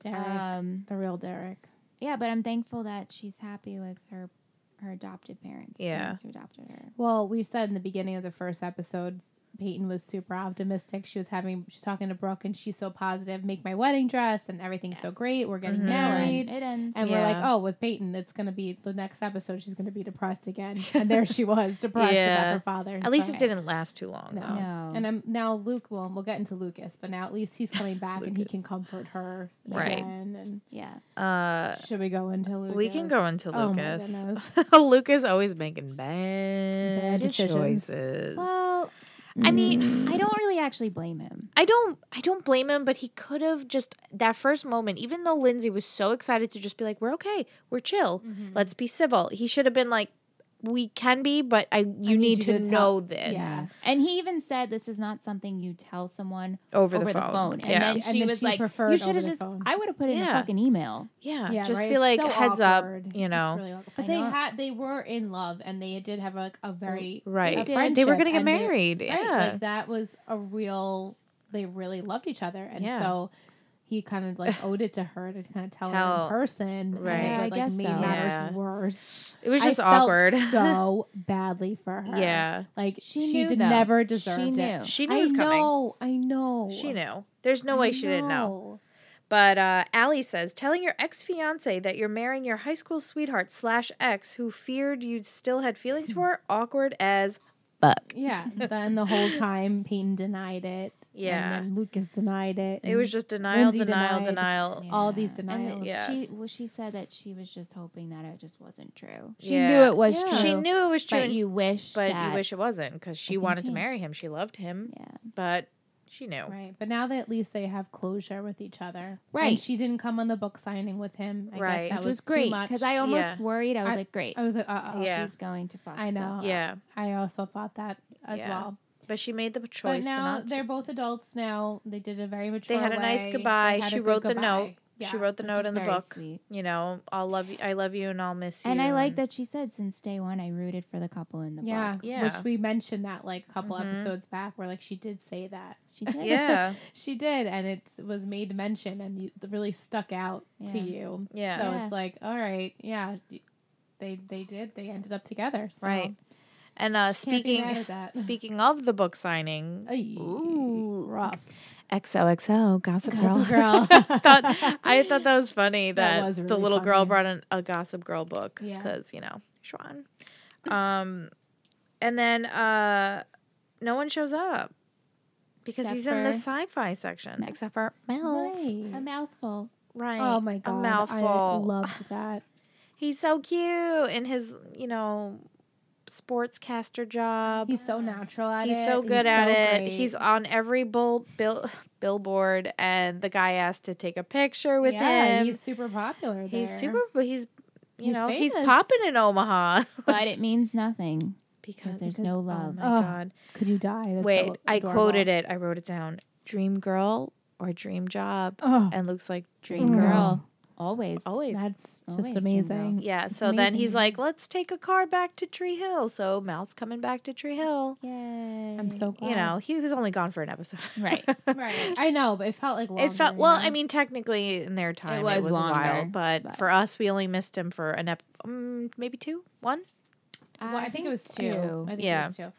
Speaker 1: Derek,
Speaker 3: Um.
Speaker 1: the real Derek.
Speaker 3: Yeah, but I'm thankful that she's happy with her her adopted parents. the
Speaker 4: Yeah.
Speaker 3: parents who adopted her.
Speaker 1: Well, we said in the beginning of the first episodes, Peyton was super optimistic. She was having, she's talking to Brooke, and she's so positive. Make my wedding dress, and everything's so great. We're getting
Speaker 4: Mhm.
Speaker 3: Now it
Speaker 1: married.
Speaker 3: end- It ends.
Speaker 1: And we're like,
Speaker 4: Yeah.
Speaker 1: oh, with Peyton, it's gonna be the next episode. She's gonna be depressed again, and there
Speaker 4: <laughs>
Speaker 1: she was, depressed about
Speaker 4: Yeah.
Speaker 1: her father.
Speaker 4: At least it
Speaker 1: didn't.
Speaker 4: didn't last too long.
Speaker 1: No.
Speaker 4: though.
Speaker 3: No.
Speaker 1: And I'm now Luke. Well, we'll get into Lucas, but now at least he's coming back and he
Speaker 4: Lucas.
Speaker 1: can comfort her
Speaker 4: Right.
Speaker 1: again.
Speaker 3: yeah.
Speaker 1: <laughs>
Speaker 4: Uh, <laughs>
Speaker 1: And should we go into Lucas?
Speaker 4: we can go into
Speaker 1: Oh my
Speaker 4: Lucas. <laughs>
Speaker 1: goodness. <laughs>
Speaker 4: Lucas always making bad,
Speaker 1: Bad decisions.
Speaker 4: choices.
Speaker 3: Well,
Speaker 4: I mean,
Speaker 3: I don't really actually blame him.
Speaker 4: I don't, I don't blame him, but he could have just that first moment. Even though Lindsay was so excited to just be like, "We're okay, we're chill,
Speaker 1: Mm-hmm.
Speaker 4: let's be civil." He should have been like, "We can be, but I, you
Speaker 1: need
Speaker 4: need,
Speaker 1: you
Speaker 4: to,
Speaker 1: to tell-
Speaker 4: know this
Speaker 1: Yeah.
Speaker 3: And he even said this is not something you tell someone
Speaker 4: over,
Speaker 3: over
Speaker 4: the phone."
Speaker 3: And
Speaker 4: Yeah,
Speaker 3: then
Speaker 1: And
Speaker 3: she
Speaker 1: then
Speaker 3: was
Speaker 1: she
Speaker 3: like,
Speaker 1: preferred
Speaker 3: you should
Speaker 1: over
Speaker 3: have
Speaker 1: the
Speaker 3: just,
Speaker 1: phone."
Speaker 3: I would have put it in a
Speaker 4: Yeah.
Speaker 3: fucking email.
Speaker 4: yeah,
Speaker 1: Yeah,
Speaker 4: just
Speaker 1: right?
Speaker 4: be
Speaker 1: It's
Speaker 4: like,
Speaker 1: so
Speaker 4: "Heads
Speaker 1: awkward.
Speaker 4: up," you
Speaker 1: It's
Speaker 4: know.
Speaker 1: really awkward. but
Speaker 3: I
Speaker 1: they
Speaker 3: know.
Speaker 1: had they were in love and they did have like a very
Speaker 4: Right.
Speaker 1: a
Speaker 3: They did.
Speaker 1: friendship
Speaker 4: they were going to get
Speaker 1: and they-
Speaker 4: married.
Speaker 1: right,
Speaker 4: yeah.
Speaker 1: like that was a real. They really loved each other, and
Speaker 4: Yeah.
Speaker 1: so he kind of like owed it to her to kind of tell, her in
Speaker 4: Tell-
Speaker 1: person,
Speaker 4: Right.
Speaker 1: and it
Speaker 4: Yeah,
Speaker 1: would,
Speaker 3: I
Speaker 1: like
Speaker 3: guess
Speaker 1: made
Speaker 3: so.
Speaker 1: matters
Speaker 4: Yeah.
Speaker 1: worse.
Speaker 4: it was
Speaker 1: I
Speaker 4: just
Speaker 1: felt
Speaker 4: awkward.
Speaker 1: so
Speaker 4: <laughs>
Speaker 1: badly for her.
Speaker 4: yeah.
Speaker 1: like she,
Speaker 3: She knew,
Speaker 1: did
Speaker 3: though.
Speaker 1: never
Speaker 3: She
Speaker 1: deserved
Speaker 3: knew.
Speaker 1: it.
Speaker 4: She knew
Speaker 1: I
Speaker 4: it was coming.
Speaker 1: know, I know.
Speaker 4: She knew. There's no way she didn't know. But uh, Allie says, telling your ex fiance that you're marrying your high school sweetheart slash ex who feared you still had
Speaker 1: Hmm.
Speaker 4: feelings for her, awkward as fuck.
Speaker 1: Yeah.
Speaker 4: <laughs>
Speaker 1: Then the whole time Peyton denied it.
Speaker 4: Yeah.
Speaker 1: And then Lucas denied it.
Speaker 4: It was just denial,
Speaker 1: Lindsay
Speaker 4: denial,
Speaker 1: denied.
Speaker 4: denial.
Speaker 1: All these
Speaker 3: And the-
Speaker 1: denials.
Speaker 4: Yeah.
Speaker 3: She well, she said that she was just hoping that it just wasn't true. She
Speaker 4: Yeah.
Speaker 3: knew it was
Speaker 1: Yeah.
Speaker 3: true.
Speaker 4: She knew it was true,
Speaker 3: but you wish.
Speaker 4: but
Speaker 3: that,
Speaker 4: you wish it wasn't because she
Speaker 3: Nothing
Speaker 4: wanted to
Speaker 3: changed.
Speaker 4: marry him. She loved him,
Speaker 3: Yeah.
Speaker 4: but she knew.
Speaker 1: Right. But now that at least they have closure with each other.
Speaker 3: Right.
Speaker 1: And she didn't come on the book signing with him. I
Speaker 4: Right.
Speaker 1: guess that was,
Speaker 3: Which was great
Speaker 1: because
Speaker 3: because I almost
Speaker 4: Yeah.
Speaker 3: worried. I was
Speaker 1: I-
Speaker 3: like, great.
Speaker 1: I was like, uh oh.
Speaker 4: Yeah.
Speaker 3: She's going to fuck.
Speaker 1: I know.
Speaker 3: stuff up.
Speaker 4: Yeah,
Speaker 1: I also thought that as
Speaker 4: Yeah.
Speaker 1: well.
Speaker 4: but she made the
Speaker 1: But
Speaker 4: choice to
Speaker 1: now
Speaker 4: not.
Speaker 1: they're
Speaker 4: To.
Speaker 1: both adults now. They did a very mature.
Speaker 4: had a nice
Speaker 1: way. They
Speaker 4: goodbye.
Speaker 1: had a
Speaker 4: She
Speaker 1: good
Speaker 4: wrote the note.
Speaker 1: Yeah.
Speaker 4: She wrote the
Speaker 3: Which
Speaker 4: note
Speaker 3: is
Speaker 4: in the
Speaker 3: very
Speaker 4: book.
Speaker 3: sweet.
Speaker 4: You know, I'll love you. I love you, and I'll miss you.
Speaker 3: And I like that she said since day one, I rooted for the couple in the
Speaker 1: Yeah,
Speaker 3: book.
Speaker 4: Yeah.
Speaker 1: which we mentioned that like a couple
Speaker 4: Mhm.
Speaker 1: episodes back, where like she did say that
Speaker 4: <laughs>
Speaker 3: She did.
Speaker 4: Yeah,
Speaker 1: she did, and it was made mention, and you, it really stuck out to
Speaker 3: Yeah.
Speaker 1: you.
Speaker 4: Yeah.
Speaker 1: so
Speaker 3: Yeah.
Speaker 1: it's like, all right, yeah, y- they they did, they ended up together, so
Speaker 4: right. And uh,
Speaker 1: can't be mad
Speaker 4: speaking
Speaker 1: at that.
Speaker 4: speaking of the book signing,
Speaker 1: <laughs> Ay,
Speaker 4: Ooh.
Speaker 1: rough
Speaker 4: XOXO Gossip <laughs> Girl.
Speaker 1: Gossip <laughs> Girl.
Speaker 4: I thought I thought that was funny that,
Speaker 1: <laughs> That was
Speaker 4: the
Speaker 1: really
Speaker 4: little girl
Speaker 1: funny.
Speaker 4: brought in a Gossip Girl book
Speaker 1: Yeah.
Speaker 4: because you know Schwan. Um, and then uh, no one shows up because
Speaker 3: Except
Speaker 4: he's in the
Speaker 3: for-
Speaker 4: sci-fi section
Speaker 3: No.
Speaker 4: except for
Speaker 3: <laughs>
Speaker 4: Mel. Right.
Speaker 1: Right.
Speaker 3: A mouthful.
Speaker 4: <laughs>
Speaker 1: Oh my god,
Speaker 4: a
Speaker 1: I
Speaker 4: mouthful.
Speaker 1: loved that.
Speaker 4: he's so cute in his you know sportscaster job.
Speaker 1: He's so natural at
Speaker 4: He's
Speaker 1: it.
Speaker 4: so good at
Speaker 1: so
Speaker 4: it.
Speaker 1: great.
Speaker 4: He's on every bull, bill, <sighs> billboard, and the guy asked to take a picture with
Speaker 1: yeah,
Speaker 4: him.
Speaker 1: He's
Speaker 4: He's,
Speaker 1: super popular. there.
Speaker 4: super. but He's you
Speaker 1: He's
Speaker 4: know he's
Speaker 1: famous.
Speaker 4: popping in Omaha <laughs>
Speaker 3: But it means nothing because there's no
Speaker 4: Oh
Speaker 3: love.
Speaker 4: my
Speaker 1: Ugh,
Speaker 4: god!
Speaker 1: Could you die? That's
Speaker 4: Wait,
Speaker 1: so
Speaker 4: I
Speaker 1: adorable.
Speaker 4: quoted it. I wrote it down. Dream girl or dream job,
Speaker 1: Oh,
Speaker 4: and Luke's like dream
Speaker 1: Mm.
Speaker 3: Dream girl. Always.
Speaker 4: always.
Speaker 1: that's
Speaker 3: Always
Speaker 1: just
Speaker 3: seen girl.
Speaker 1: amazing.
Speaker 4: yeah,
Speaker 1: It's
Speaker 4: so then he's
Speaker 1: amazing.
Speaker 4: like, "Let's take a car back to Tree Hill." So Mal's coming back to Tree Hill.
Speaker 3: Yay.
Speaker 1: I'm so glad.
Speaker 4: You know, he was only gone for an episode, <laughs>
Speaker 3: Right.
Speaker 1: right? I know, but it felt like longer,
Speaker 4: it felt
Speaker 1: you
Speaker 4: well.
Speaker 1: know?
Speaker 4: I mean, technically, in their time, it was,
Speaker 3: was
Speaker 4: a while,
Speaker 3: longer,
Speaker 4: but,
Speaker 3: but-
Speaker 4: for us, we only missed him for an ep, um, maybe two, one.
Speaker 1: well, I think it was two. I think
Speaker 4: Yeah.
Speaker 1: it was two.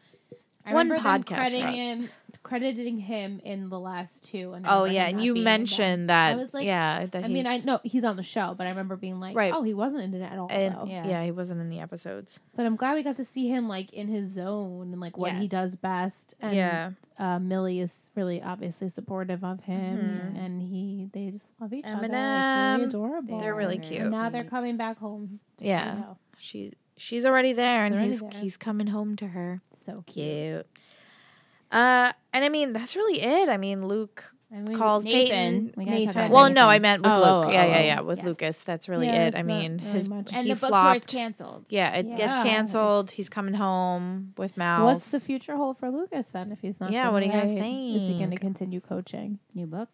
Speaker 1: I
Speaker 4: One
Speaker 1: remember them
Speaker 4: podcast for us.
Speaker 1: crediting him, crediting him in the last two. And I
Speaker 4: Oh
Speaker 1: remember
Speaker 4: yeah,
Speaker 1: him
Speaker 4: and
Speaker 1: not
Speaker 4: you
Speaker 1: being in
Speaker 4: mentioned that.
Speaker 1: I was like-
Speaker 4: yeah, that
Speaker 1: them. I mean, I
Speaker 4: he's-
Speaker 1: know he's on the show, but I remember being like,
Speaker 4: Right.
Speaker 1: "Oh, he wasn't in it at all."
Speaker 4: and-
Speaker 1: though.
Speaker 4: yeah.
Speaker 3: Yeah.
Speaker 4: he wasn't in the episodes.
Speaker 1: But I'm glad we got to see him like in his zone and like what he
Speaker 3: Yes.
Speaker 1: does best. And
Speaker 4: yeah,
Speaker 1: uh, Millie is really obviously supportive of him,
Speaker 4: Mhm.
Speaker 1: and he they just love each other. It's
Speaker 4: Eminem.
Speaker 1: really adorable.
Speaker 4: They're really
Speaker 3: very
Speaker 4: cute.
Speaker 1: And now they're
Speaker 3: sweet.
Speaker 1: coming back home. to
Speaker 4: Yeah.
Speaker 1: Toledo.
Speaker 4: she's she's already there,
Speaker 1: She's
Speaker 4: and
Speaker 1: already
Speaker 4: he's
Speaker 1: there.
Speaker 4: he's coming home to her.
Speaker 1: so cute.
Speaker 4: Cute. Uh, and I mean that's really it. I mean, Luke
Speaker 1: I mean,
Speaker 4: calls
Speaker 3: Nathan.
Speaker 4: Peyton.
Speaker 3: We gotta talk
Speaker 1: Nathan.
Speaker 3: about
Speaker 4: Well,
Speaker 3: Nathan.
Speaker 4: no, I meant with
Speaker 3: Oh,
Speaker 4: Luke.
Speaker 3: oh,
Speaker 4: yeah,
Speaker 3: oh,
Speaker 4: yeah,
Speaker 3: oh.
Speaker 4: yeah, with Lucas. That's really
Speaker 1: Yeah,
Speaker 4: it.
Speaker 1: that's
Speaker 4: I
Speaker 1: not
Speaker 4: mean,
Speaker 1: really
Speaker 4: his
Speaker 1: much.
Speaker 3: And
Speaker 4: he
Speaker 3: the book tour is
Speaker 4: flopped.
Speaker 3: canceled.
Speaker 4: Yeah, it gets
Speaker 1: Yeah.
Speaker 4: canceled.
Speaker 1: It's-
Speaker 4: He's coming home with Mal.
Speaker 1: what's the future hold for Lucas then if he's not?
Speaker 4: Yeah,
Speaker 1: gonna
Speaker 4: what do you guys
Speaker 1: write? Is he going to
Speaker 4: think?
Speaker 1: continue coaching?
Speaker 3: New book.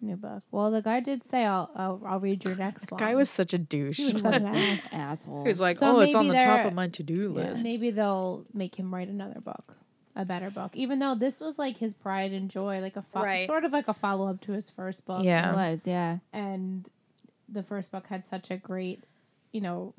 Speaker 1: New book. Well, the guy did say, "I'll I'll, I'll read your next one."
Speaker 4: guy was such a douche.
Speaker 1: He was such an ass.
Speaker 3: Asshole.
Speaker 4: He's like,
Speaker 1: So
Speaker 4: oh, it's on the
Speaker 1: maybe
Speaker 4: top
Speaker 1: they're-
Speaker 4: of my to do list.
Speaker 1: Maybe they'll make him write another book, a better book. Even though this was like his pride and joy, like a fo-
Speaker 4: Right.
Speaker 1: sort of like a follow up to his first book.
Speaker 3: It
Speaker 4: Yeah.
Speaker 3: was, yeah.
Speaker 1: and the first book had such a great, you know.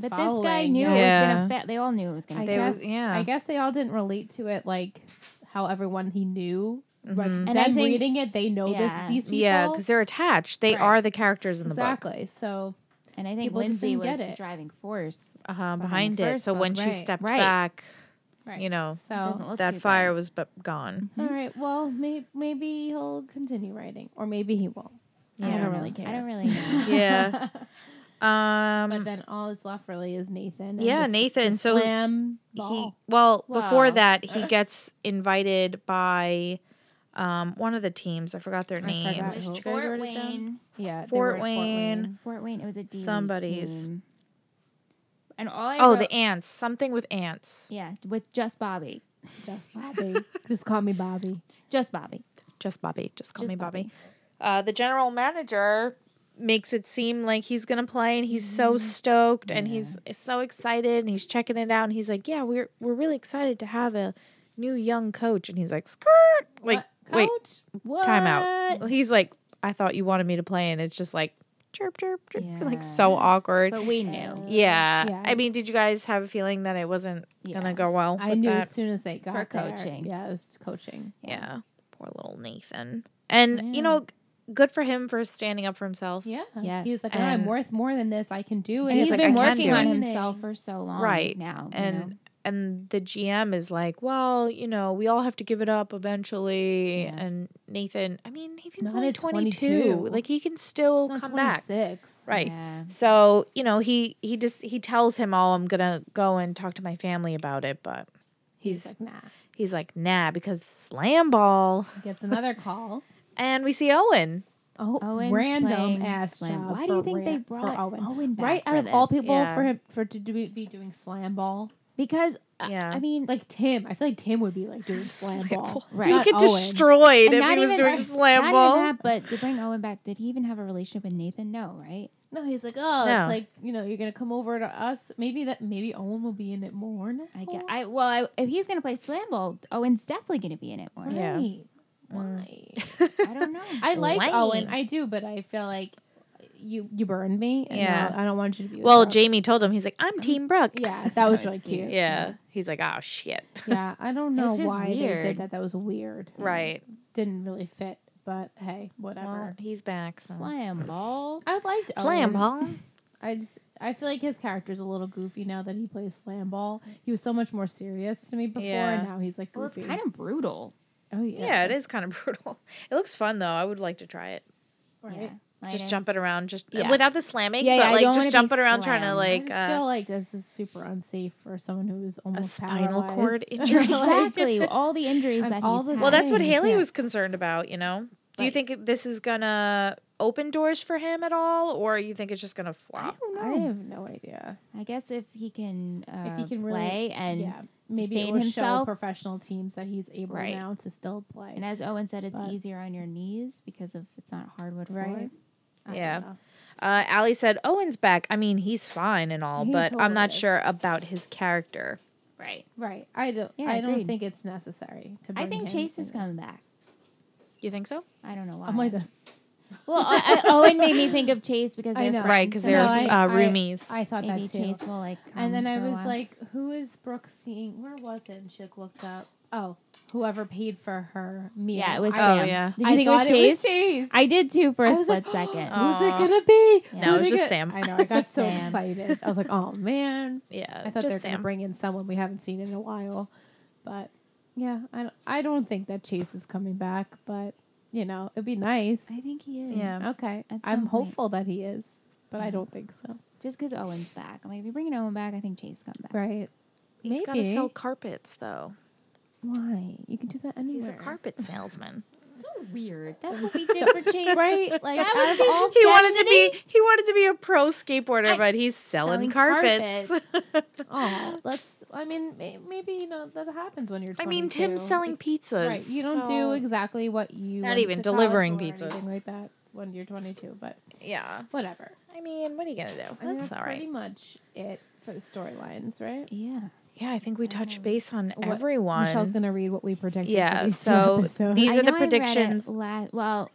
Speaker 3: But this guy
Speaker 1: following.
Speaker 3: knew
Speaker 1: Yeah.
Speaker 3: it was
Speaker 4: Yeah.
Speaker 3: gonna fail. They all knew it was gonna
Speaker 1: I
Speaker 4: They
Speaker 3: fail.
Speaker 1: guess,
Speaker 4: was- yeah.
Speaker 1: I guess they all didn't relate to it like how everyone he knew. Like
Speaker 4: Mhm.
Speaker 1: them
Speaker 3: And I think-
Speaker 1: reading it, they know
Speaker 3: Yeah.
Speaker 1: this. These people,
Speaker 4: Yeah, because they're attached. They
Speaker 3: Right.
Speaker 4: are the characters in the
Speaker 1: exactly. So
Speaker 3: And I think
Speaker 1: People just
Speaker 3: Lindsay
Speaker 1: didn't
Speaker 3: was
Speaker 1: get
Speaker 3: the
Speaker 1: it.
Speaker 3: driving force.
Speaker 4: book uh,
Speaker 3: Behind
Speaker 4: behind
Speaker 3: the
Speaker 4: it.
Speaker 3: first
Speaker 4: So
Speaker 3: book.
Speaker 4: when she
Speaker 1: Right.
Speaker 4: stepped
Speaker 3: Right.
Speaker 4: back,
Speaker 1: right.
Speaker 4: you know,
Speaker 3: Doesn't
Speaker 1: so
Speaker 3: look
Speaker 4: that
Speaker 3: too
Speaker 4: fire
Speaker 3: bad.
Speaker 4: was bu- gone.
Speaker 1: all right. Well, may- maybe he'll continue writing, or maybe he won't.
Speaker 4: Yeah.
Speaker 1: I
Speaker 4: I
Speaker 1: don't
Speaker 4: don't
Speaker 1: really
Speaker 3: know.
Speaker 1: care.
Speaker 3: I don't really
Speaker 4: <laughs>
Speaker 3: know.
Speaker 4: Yeah.
Speaker 1: But
Speaker 4: Um,
Speaker 1: then all that's left really is Nathan. and
Speaker 4: yeah,
Speaker 1: the s-
Speaker 4: Nathan.
Speaker 1: the
Speaker 4: So
Speaker 1: slam
Speaker 4: he
Speaker 1: ball.
Speaker 4: well before
Speaker 3: Well.
Speaker 4: that he gets invited by um one of the teams. I forgot their
Speaker 1: forgot
Speaker 4: names.
Speaker 1: who.
Speaker 4: Did you guys write it down?
Speaker 1: yeah, they
Speaker 4: Fort
Speaker 1: were at
Speaker 4: Wayne.
Speaker 3: Fort Wayne. It was a D
Speaker 4: Somebody's.
Speaker 3: team. And all I
Speaker 4: Oh,
Speaker 3: wrote-
Speaker 4: the ants. Something with ants.
Speaker 3: yeah, with just Bobby,
Speaker 4: <laughs>
Speaker 1: Just Bobby. Just call me Bobby.
Speaker 3: just Bobby.
Speaker 4: Just Bobby. Just call
Speaker 3: Just
Speaker 4: me Bobby. Uh, the general manager makes it seem like he's gonna play, and he's so stoked, and he's so excited, and he's checking it out, and he's like, "Yeah, we're we're really excited to have a new young coach," and he's like, "Skirt!" Like,
Speaker 1: What,
Speaker 4: wait,
Speaker 1: coach?
Speaker 3: What?
Speaker 4: time out. He's like, "I thought you wanted me to play," and it's just like, chirp, chirp, chirp, <laughs>
Speaker 3: Yeah.
Speaker 4: like so awkward.
Speaker 3: But we knew
Speaker 4: yeah.
Speaker 1: Yeah.
Speaker 4: I mean, did you guys have a feeling that it wasn't
Speaker 3: Yeah.
Speaker 4: gonna go well?
Speaker 1: I
Speaker 4: with
Speaker 1: knew
Speaker 4: that?
Speaker 1: as soon as they got
Speaker 3: For
Speaker 1: there.
Speaker 3: coaching.
Speaker 1: Yeah, it was coaching.
Speaker 4: Yeah. Poor little Nathan. And you know, good for him for standing up for himself.
Speaker 1: Yeah.
Speaker 3: Yes,
Speaker 1: He's like, "Oh, I'm
Speaker 4: and-
Speaker 1: worth more than this. I can do it.
Speaker 3: and
Speaker 4: he's
Speaker 3: he's
Speaker 4: like,
Speaker 3: been
Speaker 4: I can
Speaker 3: working
Speaker 4: do
Speaker 3: on
Speaker 4: it.
Speaker 3: himself for so long
Speaker 4: Right.
Speaker 3: now. you
Speaker 4: and
Speaker 3: know?
Speaker 4: and the GM is like, well, you know, we all have to give it up eventually.
Speaker 3: Yeah.
Speaker 4: And Nathan, I mean, Nathan's
Speaker 1: Not
Speaker 4: only
Speaker 1: at
Speaker 4: 22.
Speaker 1: 22.
Speaker 4: Like he can still come back,
Speaker 1: Six.
Speaker 4: right?
Speaker 3: Yeah.
Speaker 4: So you know, he he just he tells him, oh, I'm gonna go and talk to my family about it, but
Speaker 1: He's, like, nah.
Speaker 4: he's like, nah, because slam ball.
Speaker 1: Gets another call.
Speaker 4: And we see Owen.
Speaker 1: Oh,
Speaker 3: Owen's
Speaker 1: random
Speaker 3: playing
Speaker 1: ass
Speaker 3: slam.
Speaker 1: job
Speaker 3: Why do you
Speaker 1: for
Speaker 3: think they
Speaker 1: Ran- for
Speaker 3: brought
Speaker 1: Owen?
Speaker 3: Owen back
Speaker 1: right
Speaker 3: for
Speaker 1: out of all
Speaker 3: this?
Speaker 1: people
Speaker 4: Yeah.
Speaker 1: for him for to do, be doing slam ball?
Speaker 3: because uh,
Speaker 4: Yeah.
Speaker 3: I mean,
Speaker 1: Like Tim, I feel like Tim would be like <laughs> doing slam,
Speaker 4: Slam
Speaker 1: ball.
Speaker 4: ball.
Speaker 3: Right.
Speaker 4: He would
Speaker 1: Not
Speaker 4: get
Speaker 1: Owen.
Speaker 4: destroyed
Speaker 3: and
Speaker 4: if
Speaker 3: not
Speaker 4: he was
Speaker 3: even-
Speaker 4: doing
Speaker 3: not
Speaker 4: slam
Speaker 3: even
Speaker 4: ball.
Speaker 3: that, but to bring Owen back, did he even have a relationship with Nathan? No, right?
Speaker 1: No, he's like, oh,
Speaker 4: No.
Speaker 1: it's like you know, you're gonna come over to us. Maybe that maybe Owen will be in it more. Now.
Speaker 3: I get. I well, I, if he's gonna play slam ball, Owen's definitely gonna be in it more.
Speaker 1: Right.
Speaker 4: Yeah.
Speaker 1: Why? Mm.
Speaker 3: I
Speaker 1: <laughs>
Speaker 3: don't know.
Speaker 1: I like
Speaker 4: Why?
Speaker 1: Owen, I do, but I feel like you you burned me. And
Speaker 4: Yeah.
Speaker 1: now I don't want you to be. with
Speaker 4: Well,
Speaker 1: Brooke.
Speaker 4: Jamie told him, he's like, I'm Team Brooke.
Speaker 1: Yeah,
Speaker 4: <laughs>
Speaker 1: that was
Speaker 3: was
Speaker 1: really
Speaker 3: cute.
Speaker 1: cute.
Speaker 4: Yeah. He's like, oh, shit.
Speaker 1: Yeah, I don't know
Speaker 3: just
Speaker 1: why they
Speaker 3: weird.
Speaker 1: did that. That was weird.
Speaker 4: Right.
Speaker 1: Didn't really fit, but hey,
Speaker 4: Well,
Speaker 1: whatever.
Speaker 4: he's back. So.
Speaker 3: slam ball.
Speaker 1: I liked
Speaker 4: Slam
Speaker 1: Owen.
Speaker 4: ball.
Speaker 1: I just I feel like his character's a little goofy now that he plays slam ball. He was so much more serious to me before,
Speaker 4: Yeah.
Speaker 1: and now he's like
Speaker 3: Well, it's
Speaker 1: goofy.
Speaker 3: kind of brutal.
Speaker 1: oh yeah,
Speaker 4: Yeah, it is kind of <laughs> brutal. It looks fun though. I would like to try it.
Speaker 1: Right.
Speaker 3: Yeah.
Speaker 4: Just jump it around, just
Speaker 3: Yeah.
Speaker 4: without the slamming,
Speaker 3: Yeah, yeah,
Speaker 4: but
Speaker 3: I don't
Speaker 4: like
Speaker 3: wanna
Speaker 4: just
Speaker 3: be
Speaker 4: jump it around, trying to
Speaker 3: slammed.
Speaker 1: I
Speaker 4: like
Speaker 1: just
Speaker 4: uh,
Speaker 1: feel like this is super unsafe for someone who's almost
Speaker 4: spinal
Speaker 1: paralyzed.
Speaker 4: cord
Speaker 3: <laughs>
Speaker 4: injury.
Speaker 1: <laughs> Like, <laughs>
Speaker 3: Exactly. All the injuries
Speaker 1: And
Speaker 3: that
Speaker 1: all
Speaker 3: he's
Speaker 1: the
Speaker 3: had.
Speaker 4: Well, that's what
Speaker 1: things,
Speaker 4: Haley
Speaker 1: yeah.
Speaker 4: was concerned about, you know? Do you
Speaker 1: Right.
Speaker 4: think this is gonna open doors for him at all, or you think it's just gonna flop?
Speaker 1: I have no idea.
Speaker 3: I guess if he can, uh,
Speaker 1: If he can really-
Speaker 3: play and
Speaker 1: yeah, maybe it
Speaker 3: sustain
Speaker 1: will show
Speaker 3: himself.
Speaker 1: professional teams that he's able
Speaker 3: Right.
Speaker 1: now to still play.
Speaker 3: and as Owen said, it's
Speaker 1: But-
Speaker 3: easier on your knees because of it's not hardwood floor.
Speaker 1: right? I don't
Speaker 4: Yeah.
Speaker 1: know.
Speaker 4: Uh, Allie said Owen's back. I mean, he's fine and all,
Speaker 1: He
Speaker 4: but I'm
Speaker 1: totally
Speaker 4: not
Speaker 1: is.
Speaker 4: sure about his character.
Speaker 3: Right.
Speaker 1: Right. I don't.
Speaker 3: Yeah,
Speaker 1: I don't
Speaker 3: agreed.
Speaker 1: think it's necessary to. Bring
Speaker 3: I think
Speaker 1: him
Speaker 3: Chase
Speaker 1: in this.
Speaker 3: is coming back.
Speaker 4: You think so?
Speaker 3: I don't know why.
Speaker 1: I'm like this.
Speaker 3: Well, I, I, Owen made me think of Chase
Speaker 1: <laughs>
Speaker 3: because
Speaker 1: I
Speaker 3: they're
Speaker 1: know.
Speaker 4: Right, because
Speaker 1: No,
Speaker 4: they're
Speaker 1: I-
Speaker 4: uh,
Speaker 1: I-
Speaker 4: roomies.
Speaker 1: I thought
Speaker 3: Maybe
Speaker 1: that too.
Speaker 3: Chase will like.
Speaker 1: and then
Speaker 3: come
Speaker 1: I
Speaker 3: for a
Speaker 1: was
Speaker 3: while.
Speaker 1: like, "Who is Brooke seeing? Where was it?" And she like, looked up. Oh, whoever paid for her meal.
Speaker 3: yeah, it was
Speaker 1: I,
Speaker 4: Oh,
Speaker 3: Sam.
Speaker 4: yeah.
Speaker 3: Did you
Speaker 1: I
Speaker 3: think it
Speaker 1: thought
Speaker 3: was Chase?
Speaker 1: Chase.
Speaker 3: I did too for a
Speaker 1: I was
Speaker 3: split
Speaker 1: like,
Speaker 3: second.
Speaker 4: Oh.
Speaker 1: Who's it gonna be?
Speaker 3: Yeah.
Speaker 4: No, it
Speaker 1: Who's
Speaker 4: was just
Speaker 1: gonna-
Speaker 4: Sam.
Speaker 1: I know. I
Speaker 3: <laughs>
Speaker 1: got so
Speaker 3: Sam.
Speaker 1: excited. I was like, "Oh man!"
Speaker 4: Yeah,
Speaker 1: I thought they were
Speaker 4: just
Speaker 1: gonna
Speaker 4: Sam.
Speaker 1: bring in someone we haven't seen in a while, but yeah, I don't, I don't think that Chase is coming back. But you know, it'd be nice.
Speaker 3: I think he is.
Speaker 4: Yeah.
Speaker 1: Okay,
Speaker 3: At
Speaker 1: I'm
Speaker 3: some point.
Speaker 1: hopeful that he is, but I
Speaker 3: Yeah.
Speaker 1: don't think so.
Speaker 3: Just because Owen's back. I'm like, if you're bringing Owen back, I think Chase is coming back.
Speaker 1: Right?
Speaker 4: He's got to
Speaker 1: Maybe.
Speaker 4: sell carpets, though.
Speaker 1: Why? You can do that anywhere.
Speaker 4: He's a carpet salesman.
Speaker 3: So weird.
Speaker 4: <laughs>
Speaker 3: That's what we
Speaker 1: so-
Speaker 3: did for
Speaker 1: <laughs>
Speaker 3: Chase.
Speaker 1: right? Like
Speaker 3: That
Speaker 1: out
Speaker 3: was
Speaker 1: of
Speaker 3: Chase's
Speaker 1: all-
Speaker 4: he wanted to be he wanted to be a pro skateboarder,
Speaker 3: I-
Speaker 4: but he's selling,
Speaker 3: selling
Speaker 4: carpets.
Speaker 1: <laughs> Oh, that's. I mean, may- maybe you know that happens when you're.
Speaker 4: I
Speaker 1: 22.
Speaker 4: mean, Tim's selling pizzas.
Speaker 1: Right, you don't do exactly what you.
Speaker 4: Not
Speaker 1: went
Speaker 4: even
Speaker 1: to college
Speaker 4: delivering
Speaker 1: for or
Speaker 4: pizza.
Speaker 1: anything like that when you're 22. But
Speaker 4: Yeah,
Speaker 1: whatever.
Speaker 4: I mean, what are you gonna do?
Speaker 1: I mean,
Speaker 4: that's,
Speaker 1: that's
Speaker 4: all right.
Speaker 1: pretty much it for the storylines, right?
Speaker 3: Yeah.
Speaker 4: yeah, I think we touched base on
Speaker 1: What-
Speaker 4: everyone. <laughs>
Speaker 1: Michelle's gonna read what we predicted.
Speaker 4: Yeah,
Speaker 1: For these two
Speaker 4: so
Speaker 1: <laughs> episodes.
Speaker 4: these-
Speaker 3: I
Speaker 4: are the
Speaker 3: know I read it
Speaker 4: predictions.
Speaker 3: La- well,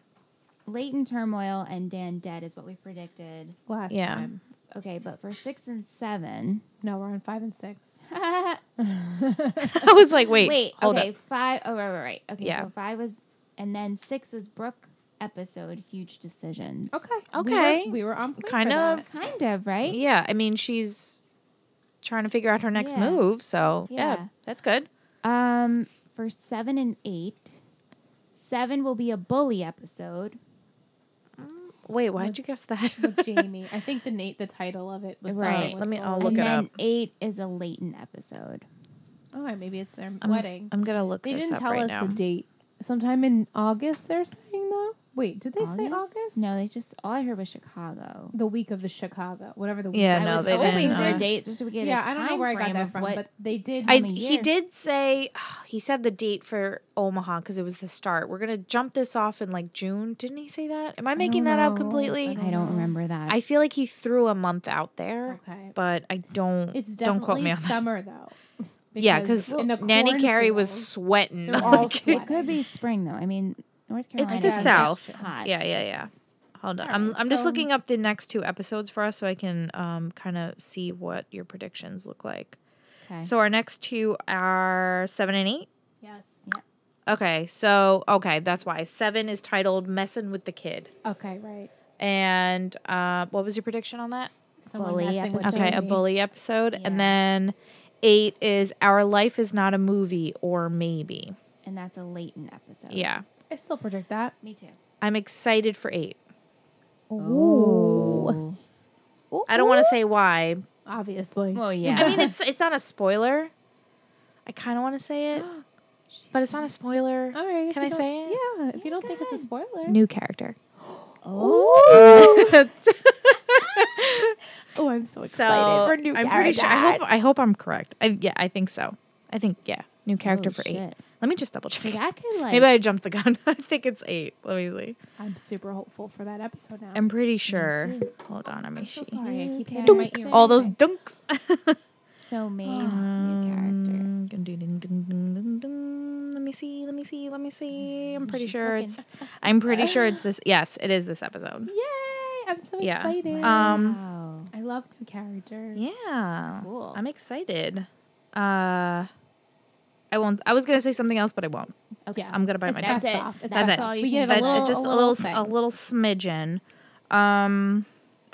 Speaker 3: Leighton Turmoil and Dan Dead is what we predicted.
Speaker 1: last
Speaker 4: Yeah.
Speaker 1: time.
Speaker 3: Okay, but for six and seven. <laughs>
Speaker 1: No, we're on five and six. <laughs>
Speaker 4: I was like, wait,
Speaker 3: Wait,
Speaker 4: hold
Speaker 3: okay,
Speaker 4: up.
Speaker 3: five oh right, right, right. Okay,
Speaker 4: Yeah.
Speaker 3: so five was, and then six was Brooke episode, huge decisions.
Speaker 4: Okay.
Speaker 1: We were, we were on point
Speaker 4: Kind
Speaker 1: for
Speaker 4: of.
Speaker 1: that.
Speaker 3: kind of right.
Speaker 4: Yeah, I mean, she's trying to figure out her next
Speaker 3: Yeah.
Speaker 4: move, so yeah.
Speaker 3: Yeah.
Speaker 4: that's good.
Speaker 3: Um, for seven and eight, seven will be a bully episode.
Speaker 4: Wait, why did you guess that? <laughs>
Speaker 1: with Jamie. I think the Nate, the title of it was Oh,
Speaker 4: Right.
Speaker 1: something with
Speaker 4: Let me- I'll
Speaker 1: Owen.
Speaker 4: look
Speaker 3: and
Speaker 4: it up.
Speaker 3: then eight is a Leighton episode.
Speaker 1: Oh, and maybe it's their
Speaker 4: I'm-
Speaker 1: wedding.
Speaker 4: I'm gonna look
Speaker 1: they
Speaker 4: this
Speaker 1: didn't
Speaker 4: up
Speaker 1: tell
Speaker 4: right
Speaker 1: us
Speaker 4: now.
Speaker 1: the date. Sometime in August, they're saying though. Wait, did they say August?
Speaker 3: No, they just all I heard was Chicago.
Speaker 1: the week of the Chicago, whatever the week.
Speaker 4: Yeah,
Speaker 1: that
Speaker 4: no,
Speaker 1: was.
Speaker 4: they
Speaker 1: Oh,
Speaker 4: didn't.
Speaker 3: Hoping their
Speaker 4: uh,
Speaker 3: dates just so we get. a
Speaker 1: Yeah, I don't know
Speaker 3: time
Speaker 1: where I got
Speaker 3: frame
Speaker 1: that
Speaker 3: of
Speaker 1: from,
Speaker 3: what-
Speaker 1: but they did.
Speaker 4: I,
Speaker 3: time of
Speaker 4: he
Speaker 3: year.
Speaker 4: did say <sighs> he said the date for Omaha because it was the start. We're gonna jump this off in like June. Didn't he say that? Am I making that up
Speaker 1: know. I
Speaker 4: completely?
Speaker 1: don't-
Speaker 3: I don't remember that.
Speaker 4: I feel like he threw a month out there,
Speaker 1: okay,
Speaker 4: but I don't.
Speaker 1: it's
Speaker 4: don't quote
Speaker 1: definitely
Speaker 4: me on that.
Speaker 1: summer though.
Speaker 4: <laughs> Yeah, because
Speaker 1: in the
Speaker 4: Nanny Carey was
Speaker 1: cornfields,
Speaker 4: sweating.
Speaker 1: they're all
Speaker 4: Like,
Speaker 1: sweating.
Speaker 3: it could be spring though. I mean, North Carolina.
Speaker 4: it's
Speaker 1: Yeah,
Speaker 4: the
Speaker 1: it's
Speaker 3: is
Speaker 4: South.
Speaker 3: just Hot.
Speaker 4: Yeah, yeah, yeah. Hold on.
Speaker 3: All
Speaker 4: I'm
Speaker 3: right,
Speaker 4: I'm just
Speaker 3: so-
Speaker 4: looking up the next two episodes for us so I can um kind of see what your predictions look like.
Speaker 3: Okay.
Speaker 4: So our next two are seven and eight.
Speaker 1: Yes.
Speaker 3: Yeah.
Speaker 4: Okay, so okay, that's why seven is titled "Messing with the Kid."
Speaker 1: Okay, right.
Speaker 4: And uh, what was your prediction on that?
Speaker 1: Someone
Speaker 3: Bully
Speaker 1: messing with
Speaker 3: episode.
Speaker 4: Okay, a
Speaker 1: somebody.
Speaker 4: bully episode,
Speaker 3: Yeah.
Speaker 4: and then eight is "Our Life Is Not a Movie" or maybe.
Speaker 3: and that's a Leighton episode.
Speaker 1: Oh.
Speaker 4: Yeah,
Speaker 1: I still predict that.
Speaker 3: me too.
Speaker 4: I'm excited for eight.
Speaker 3: Ooh.
Speaker 4: I don't want to say why.
Speaker 1: Obviously.
Speaker 4: Oh,
Speaker 3: Well, yeah.
Speaker 4: I mean, it's it's not a spoiler. I kind of want to say
Speaker 1: <gasps>
Speaker 4: it, but it's not a spoiler.
Speaker 1: All right. if
Speaker 4: Can
Speaker 1: you
Speaker 4: I
Speaker 1: don't-
Speaker 4: say it?
Speaker 1: Yeah. If you don't think it's a spoiler.
Speaker 4: New
Speaker 1: <laughs>
Speaker 4: character. <laughs>
Speaker 3: oh.
Speaker 1: Oh, I'm so
Speaker 4: So
Speaker 1: excited for new
Speaker 4: I'm
Speaker 1: characters.
Speaker 4: pretty sure. I hope I hope I'm correct. I, yeah, I think so. I think yeah, new character
Speaker 3: Oh,
Speaker 4: for eight.
Speaker 3: shit.
Speaker 4: Let me just double
Speaker 3: So
Speaker 4: check.
Speaker 3: that could like
Speaker 4: Maybe I jumped the gun. <laughs> I think it's eight. Let me see.
Speaker 1: I'm super hopeful for that episode now.
Speaker 4: I'm pretty sure.
Speaker 3: too.
Speaker 4: Hold on, I'm,
Speaker 1: I'm so
Speaker 4: so
Speaker 1: sorry. I keep
Speaker 3: Okay.
Speaker 1: hitting my
Speaker 3: Dunk.
Speaker 1: ear.
Speaker 4: All those dunks. <laughs>
Speaker 3: so main new character.
Speaker 4: Um, dun- dun- dun- dun- dun- dun- dun. Let me see. Let me see. Let me see. I'm pretty
Speaker 3: Mm, She's
Speaker 4: sure
Speaker 3: looking. <laughs>
Speaker 4: it's. I'm pretty sure it's this. Yes, it is this episode.
Speaker 1: Yay! I'm so
Speaker 4: Yeah.
Speaker 1: excited.
Speaker 4: Um,
Speaker 3: Wow.
Speaker 1: I love new characters.
Speaker 4: Yeah.
Speaker 3: Cool.
Speaker 4: I'm excited. Uh I won't I was gonna say something else, but I won't.
Speaker 3: Okay.
Speaker 1: Yeah.
Speaker 4: I'm gonna buy my
Speaker 1: That's
Speaker 4: time.
Speaker 3: That's it.
Speaker 1: off. It's
Speaker 4: That's
Speaker 3: That's
Speaker 4: it.
Speaker 3: all you
Speaker 1: We
Speaker 3: can
Speaker 1: get
Speaker 4: That-
Speaker 1: a
Speaker 3: do.
Speaker 1: little-
Speaker 4: just a
Speaker 1: little
Speaker 4: little s- a
Speaker 1: thing.
Speaker 4: little smidgen. Um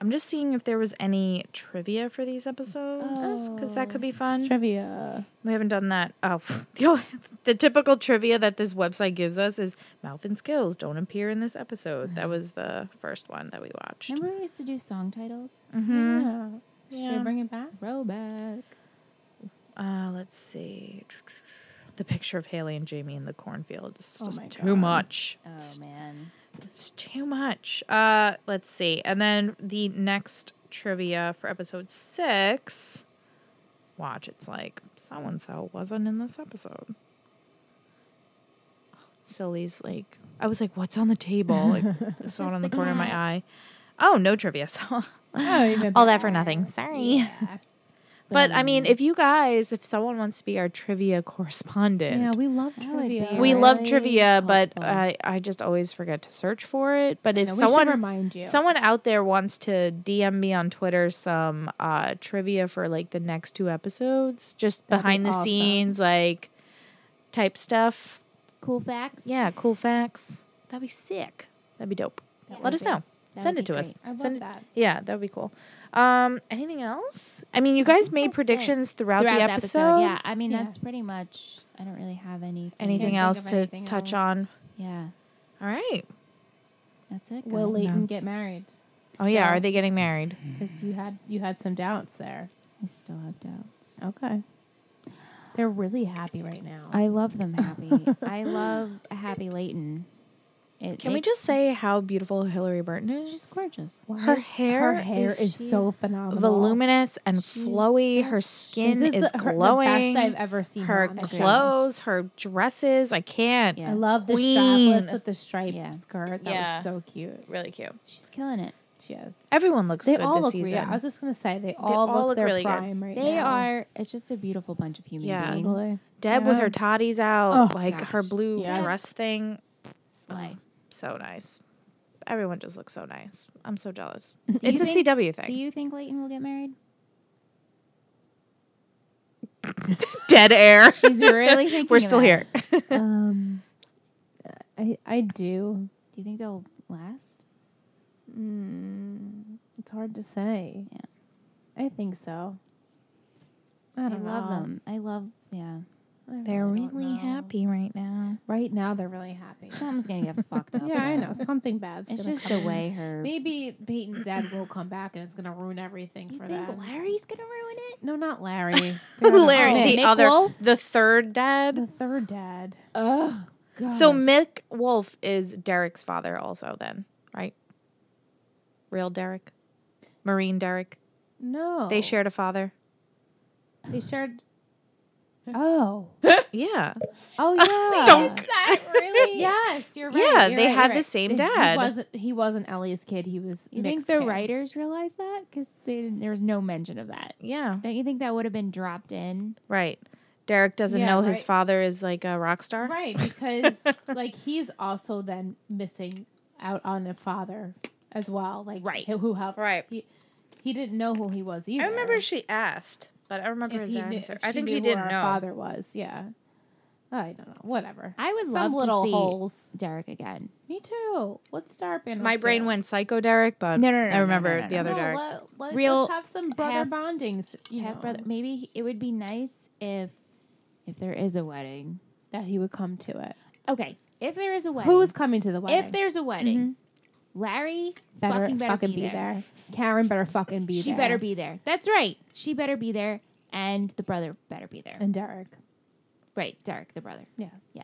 Speaker 4: I'm just seeing if there was any trivia for these episodes because that could be
Speaker 1: Oh, It's
Speaker 4: fun.
Speaker 1: trivia.
Speaker 4: we haven't done that. Oh, <laughs> the, only- the typical trivia that this website gives us is mouth and skills don't appear in this episode. That was the first one that we watched. Mm-hmm.
Speaker 3: Remember we used to do song titles?
Speaker 1: Yeah. Should I bring
Speaker 4: <laughs>
Speaker 1: it back?
Speaker 3: Throwback.
Speaker 4: Uh, let's see. The picture of Haley and Jamie in the cornfield is
Speaker 1: Oh
Speaker 4: just
Speaker 1: my
Speaker 4: too
Speaker 1: God.
Speaker 4: much.
Speaker 3: Oh man.
Speaker 4: It's too much. Uh, let's see. And then the next trivia for episode six. Watch, it's like so and so wasn't in this episode. Silly's like, I was like, what's on the table? Like, I saw it on the corner of my eye. Oh, no trivia. So
Speaker 1: Oh, even
Speaker 4: all that for nothing. Sorry. <laughs> But I mean, if you guys, if someone wants to be our trivia correspondent,
Speaker 1: Yeah, we love
Speaker 3: That would be
Speaker 1: trivia.
Speaker 4: we
Speaker 3: we-
Speaker 4: love
Speaker 3: really
Speaker 4: trivia, but
Speaker 3: helpful.
Speaker 4: I, I just always forget to search for it. But if
Speaker 1: No, we should
Speaker 4: someone
Speaker 1: remind you.
Speaker 4: someone out there wants to DM me on Twitter some uh, trivia for like the next two episodes, just
Speaker 1: That'd be
Speaker 4: behind the
Speaker 1: awesome.
Speaker 4: scenes like type stuff.
Speaker 3: cool facts.
Speaker 4: Yeah, cool facts. That'd be sick. That'd be dope.
Speaker 3: That
Speaker 4: Let
Speaker 3: would
Speaker 4: us
Speaker 3: be-
Speaker 4: know.
Speaker 3: that
Speaker 4: Send
Speaker 3: would
Speaker 4: it to
Speaker 3: be
Speaker 4: us.
Speaker 3: great.
Speaker 1: I love
Speaker 4: Send it-
Speaker 1: that.
Speaker 4: yeah, that would be cool. Um, anything else? I mean, you guys made
Speaker 3: that's it.
Speaker 4: predictions throughout,
Speaker 3: Throughout
Speaker 4: the episode.
Speaker 3: Yeah. I mean,
Speaker 1: Yeah.
Speaker 3: that's pretty much. I don't really have anything.
Speaker 4: Anything
Speaker 1: think
Speaker 4: else
Speaker 1: of
Speaker 4: to
Speaker 1: anything
Speaker 4: touch
Speaker 1: else.
Speaker 4: on?
Speaker 3: Yeah.
Speaker 4: All right.
Speaker 3: That's it.
Speaker 1: Will
Speaker 3: guys.
Speaker 1: Leighton
Speaker 4: Sounds-
Speaker 1: get married?
Speaker 4: Oh yeah, are they getting married?
Speaker 1: Because you had you had some doubts there.
Speaker 3: I still have doubts.
Speaker 4: Oh.
Speaker 1: Okay. They're really happy right now.
Speaker 3: I love
Speaker 4: <laughs>
Speaker 3: them happy. I love a happy Leighton. It
Speaker 4: Can we
Speaker 3: makes-
Speaker 4: just say how beautiful Hillary Burton is?
Speaker 3: She's gorgeous.
Speaker 1: Why
Speaker 4: her
Speaker 1: is-
Speaker 4: hair
Speaker 1: her hair
Speaker 4: is-
Speaker 1: is, so
Speaker 3: she's
Speaker 1: phenomenal.
Speaker 4: Voluminous and
Speaker 3: She's
Speaker 4: flowy. Her
Speaker 3: such-
Speaker 4: skin
Speaker 1: this
Speaker 4: is,
Speaker 1: is, the, her-
Speaker 4: glowing.
Speaker 1: the best I've ever seen.
Speaker 4: her
Speaker 1: on
Speaker 3: Instagram.
Speaker 4: clothes, her dresses. I can't.
Speaker 1: I
Speaker 3: Yeah.
Speaker 1: love the
Speaker 4: Queen.
Speaker 1: strapless with the striped
Speaker 3: Yeah.
Speaker 1: skirt. That
Speaker 4: Yeah.
Speaker 1: was so cute.
Speaker 4: Really cute.
Speaker 3: She's killing it.
Speaker 1: She is.
Speaker 4: Everyone looks
Speaker 1: They
Speaker 4: good
Speaker 1: all
Speaker 4: this
Speaker 1: look.
Speaker 4: season.
Speaker 1: Real. I was just gonna say they all,
Speaker 4: all
Speaker 1: look,
Speaker 4: look
Speaker 1: their
Speaker 4: really good.
Speaker 1: prime right
Speaker 3: They
Speaker 1: now.
Speaker 3: are. It's just a beautiful bunch of human
Speaker 4: Yeah.
Speaker 3: beings.
Speaker 1: Totally.
Speaker 4: Deb with
Speaker 1: Yeah.
Speaker 4: her toddies out,
Speaker 1: Oh,
Speaker 4: like her
Speaker 3: gosh.
Speaker 4: blue
Speaker 1: Yes.
Speaker 4: dress thing.
Speaker 1: Oh,
Speaker 3: Slay.
Speaker 4: So nice. Everyone just looks so nice. I'm so
Speaker 1: <laughs>
Speaker 4: jealous.
Speaker 3: you
Speaker 4: it's a
Speaker 3: think-
Speaker 4: CW thing.
Speaker 3: Do you think Leighton will get married?
Speaker 4: <laughs> Dead
Speaker 1: <laughs>
Speaker 4: air.
Speaker 3: She's
Speaker 4: <laughs>
Speaker 3: really thinking.
Speaker 4: We're still
Speaker 3: about
Speaker 4: here.
Speaker 3: it.
Speaker 4: <laughs>
Speaker 1: <laughs> Um, I I do.
Speaker 3: Do you think they'll last?
Speaker 1: Mm, it's hard to say.
Speaker 3: Yeah.
Speaker 1: I think so. I
Speaker 3: I,
Speaker 1: don't know.
Speaker 3: love them. I love. Yeah.
Speaker 1: I
Speaker 4: They're
Speaker 1: really don't
Speaker 4: really
Speaker 1: know.
Speaker 4: happy right now.
Speaker 1: Right now, they're really happy.
Speaker 3: Something's gonna get fucked up.
Speaker 1: <laughs> yeah, I
Speaker 3: though.
Speaker 1: know something bad's.
Speaker 3: It's
Speaker 1: gonna
Speaker 3: just
Speaker 1: come
Speaker 3: the
Speaker 1: in.
Speaker 3: way her.
Speaker 1: Maybe Peyton's dad will come back and it's gonna ruin everything
Speaker 3: you
Speaker 1: for
Speaker 3: think
Speaker 1: them.
Speaker 3: Larry's gonna ruin it?
Speaker 1: No, not Larry. They're on
Speaker 4: <laughs> Larry,
Speaker 1: Oh, Nick.
Speaker 4: the
Speaker 3: Mick
Speaker 4: other,
Speaker 3: Wolf?
Speaker 4: the third dad.
Speaker 1: the third dad.
Speaker 3: Oh God.
Speaker 4: So Mick Wolf is Derek's father, also. Then, right? Real Derek, Marine Derek.
Speaker 1: No,
Speaker 4: They shared a father.
Speaker 1: They shared.
Speaker 4: <laughs>
Speaker 1: Oh,
Speaker 4: Yeah,
Speaker 1: oh yeah.
Speaker 4: Dunk.
Speaker 3: <laughs> that
Speaker 1: <laughs>
Speaker 3: really?
Speaker 1: Yes, you're right.
Speaker 4: Yeah,
Speaker 1: you're
Speaker 4: they
Speaker 1: right,
Speaker 4: had
Speaker 1: you're
Speaker 4: the
Speaker 1: right.
Speaker 4: same
Speaker 1: He-
Speaker 4: dad.
Speaker 1: He wasn't. He wasn't Ellie's kid. He was.
Speaker 3: You
Speaker 1: Mick's
Speaker 3: think the
Speaker 1: kid.
Speaker 3: writers realized that? Because there was no mention of that.
Speaker 4: yeah,
Speaker 3: Don't you think that would have been dropped in?
Speaker 4: right. Derek doesn't
Speaker 1: Yeah,
Speaker 4: know his
Speaker 1: right.
Speaker 4: father is like a rock star. <laughs>
Speaker 1: Right, because like he's also then missing out on a father as well. Like
Speaker 4: Right.
Speaker 1: who, who helped?
Speaker 4: Right.
Speaker 1: He, he didn't know who he was either.
Speaker 4: I remember she asked, but I don't remember
Speaker 1: if
Speaker 4: his
Speaker 1: he knew,
Speaker 4: answer.
Speaker 1: if
Speaker 4: I
Speaker 1: she
Speaker 4: think
Speaker 1: knew
Speaker 4: he
Speaker 1: who
Speaker 4: didn't
Speaker 1: her
Speaker 4: know.
Speaker 1: father was. Yeah. I don't know. Whatever.
Speaker 3: I would
Speaker 1: Some
Speaker 3: love
Speaker 1: little
Speaker 3: to see
Speaker 1: holes.
Speaker 3: Derek again.
Speaker 1: Me too. What's Dark been?
Speaker 4: My
Speaker 1: up
Speaker 4: brain
Speaker 1: to?
Speaker 4: went psycho Derek, but
Speaker 3: No, no, no, no,
Speaker 4: I
Speaker 3: no,
Speaker 4: remember
Speaker 3: no, no,
Speaker 4: the
Speaker 3: no.
Speaker 4: other
Speaker 1: No,
Speaker 4: Derek.
Speaker 1: Let,
Speaker 3: Real
Speaker 1: us have some brother
Speaker 3: half-
Speaker 1: bonding. s- You
Speaker 3: Half
Speaker 1: know,
Speaker 3: brother. Maybe he- it would be nice if if there is a wedding.
Speaker 1: that he would come to it.
Speaker 3: Okay, if there is a wedding.
Speaker 1: Who is coming to the wedding?
Speaker 3: If there's a wedding,
Speaker 1: Mm-hmm.
Speaker 3: Larry
Speaker 1: better
Speaker 3: fucking better be, there.
Speaker 1: Karen better fucking be
Speaker 3: she
Speaker 1: there.
Speaker 3: better be there. That's right. She better be there, and the brother better be there.
Speaker 1: And Derek.
Speaker 3: right, Derek, the brother.
Speaker 1: Yeah.
Speaker 3: Yeah.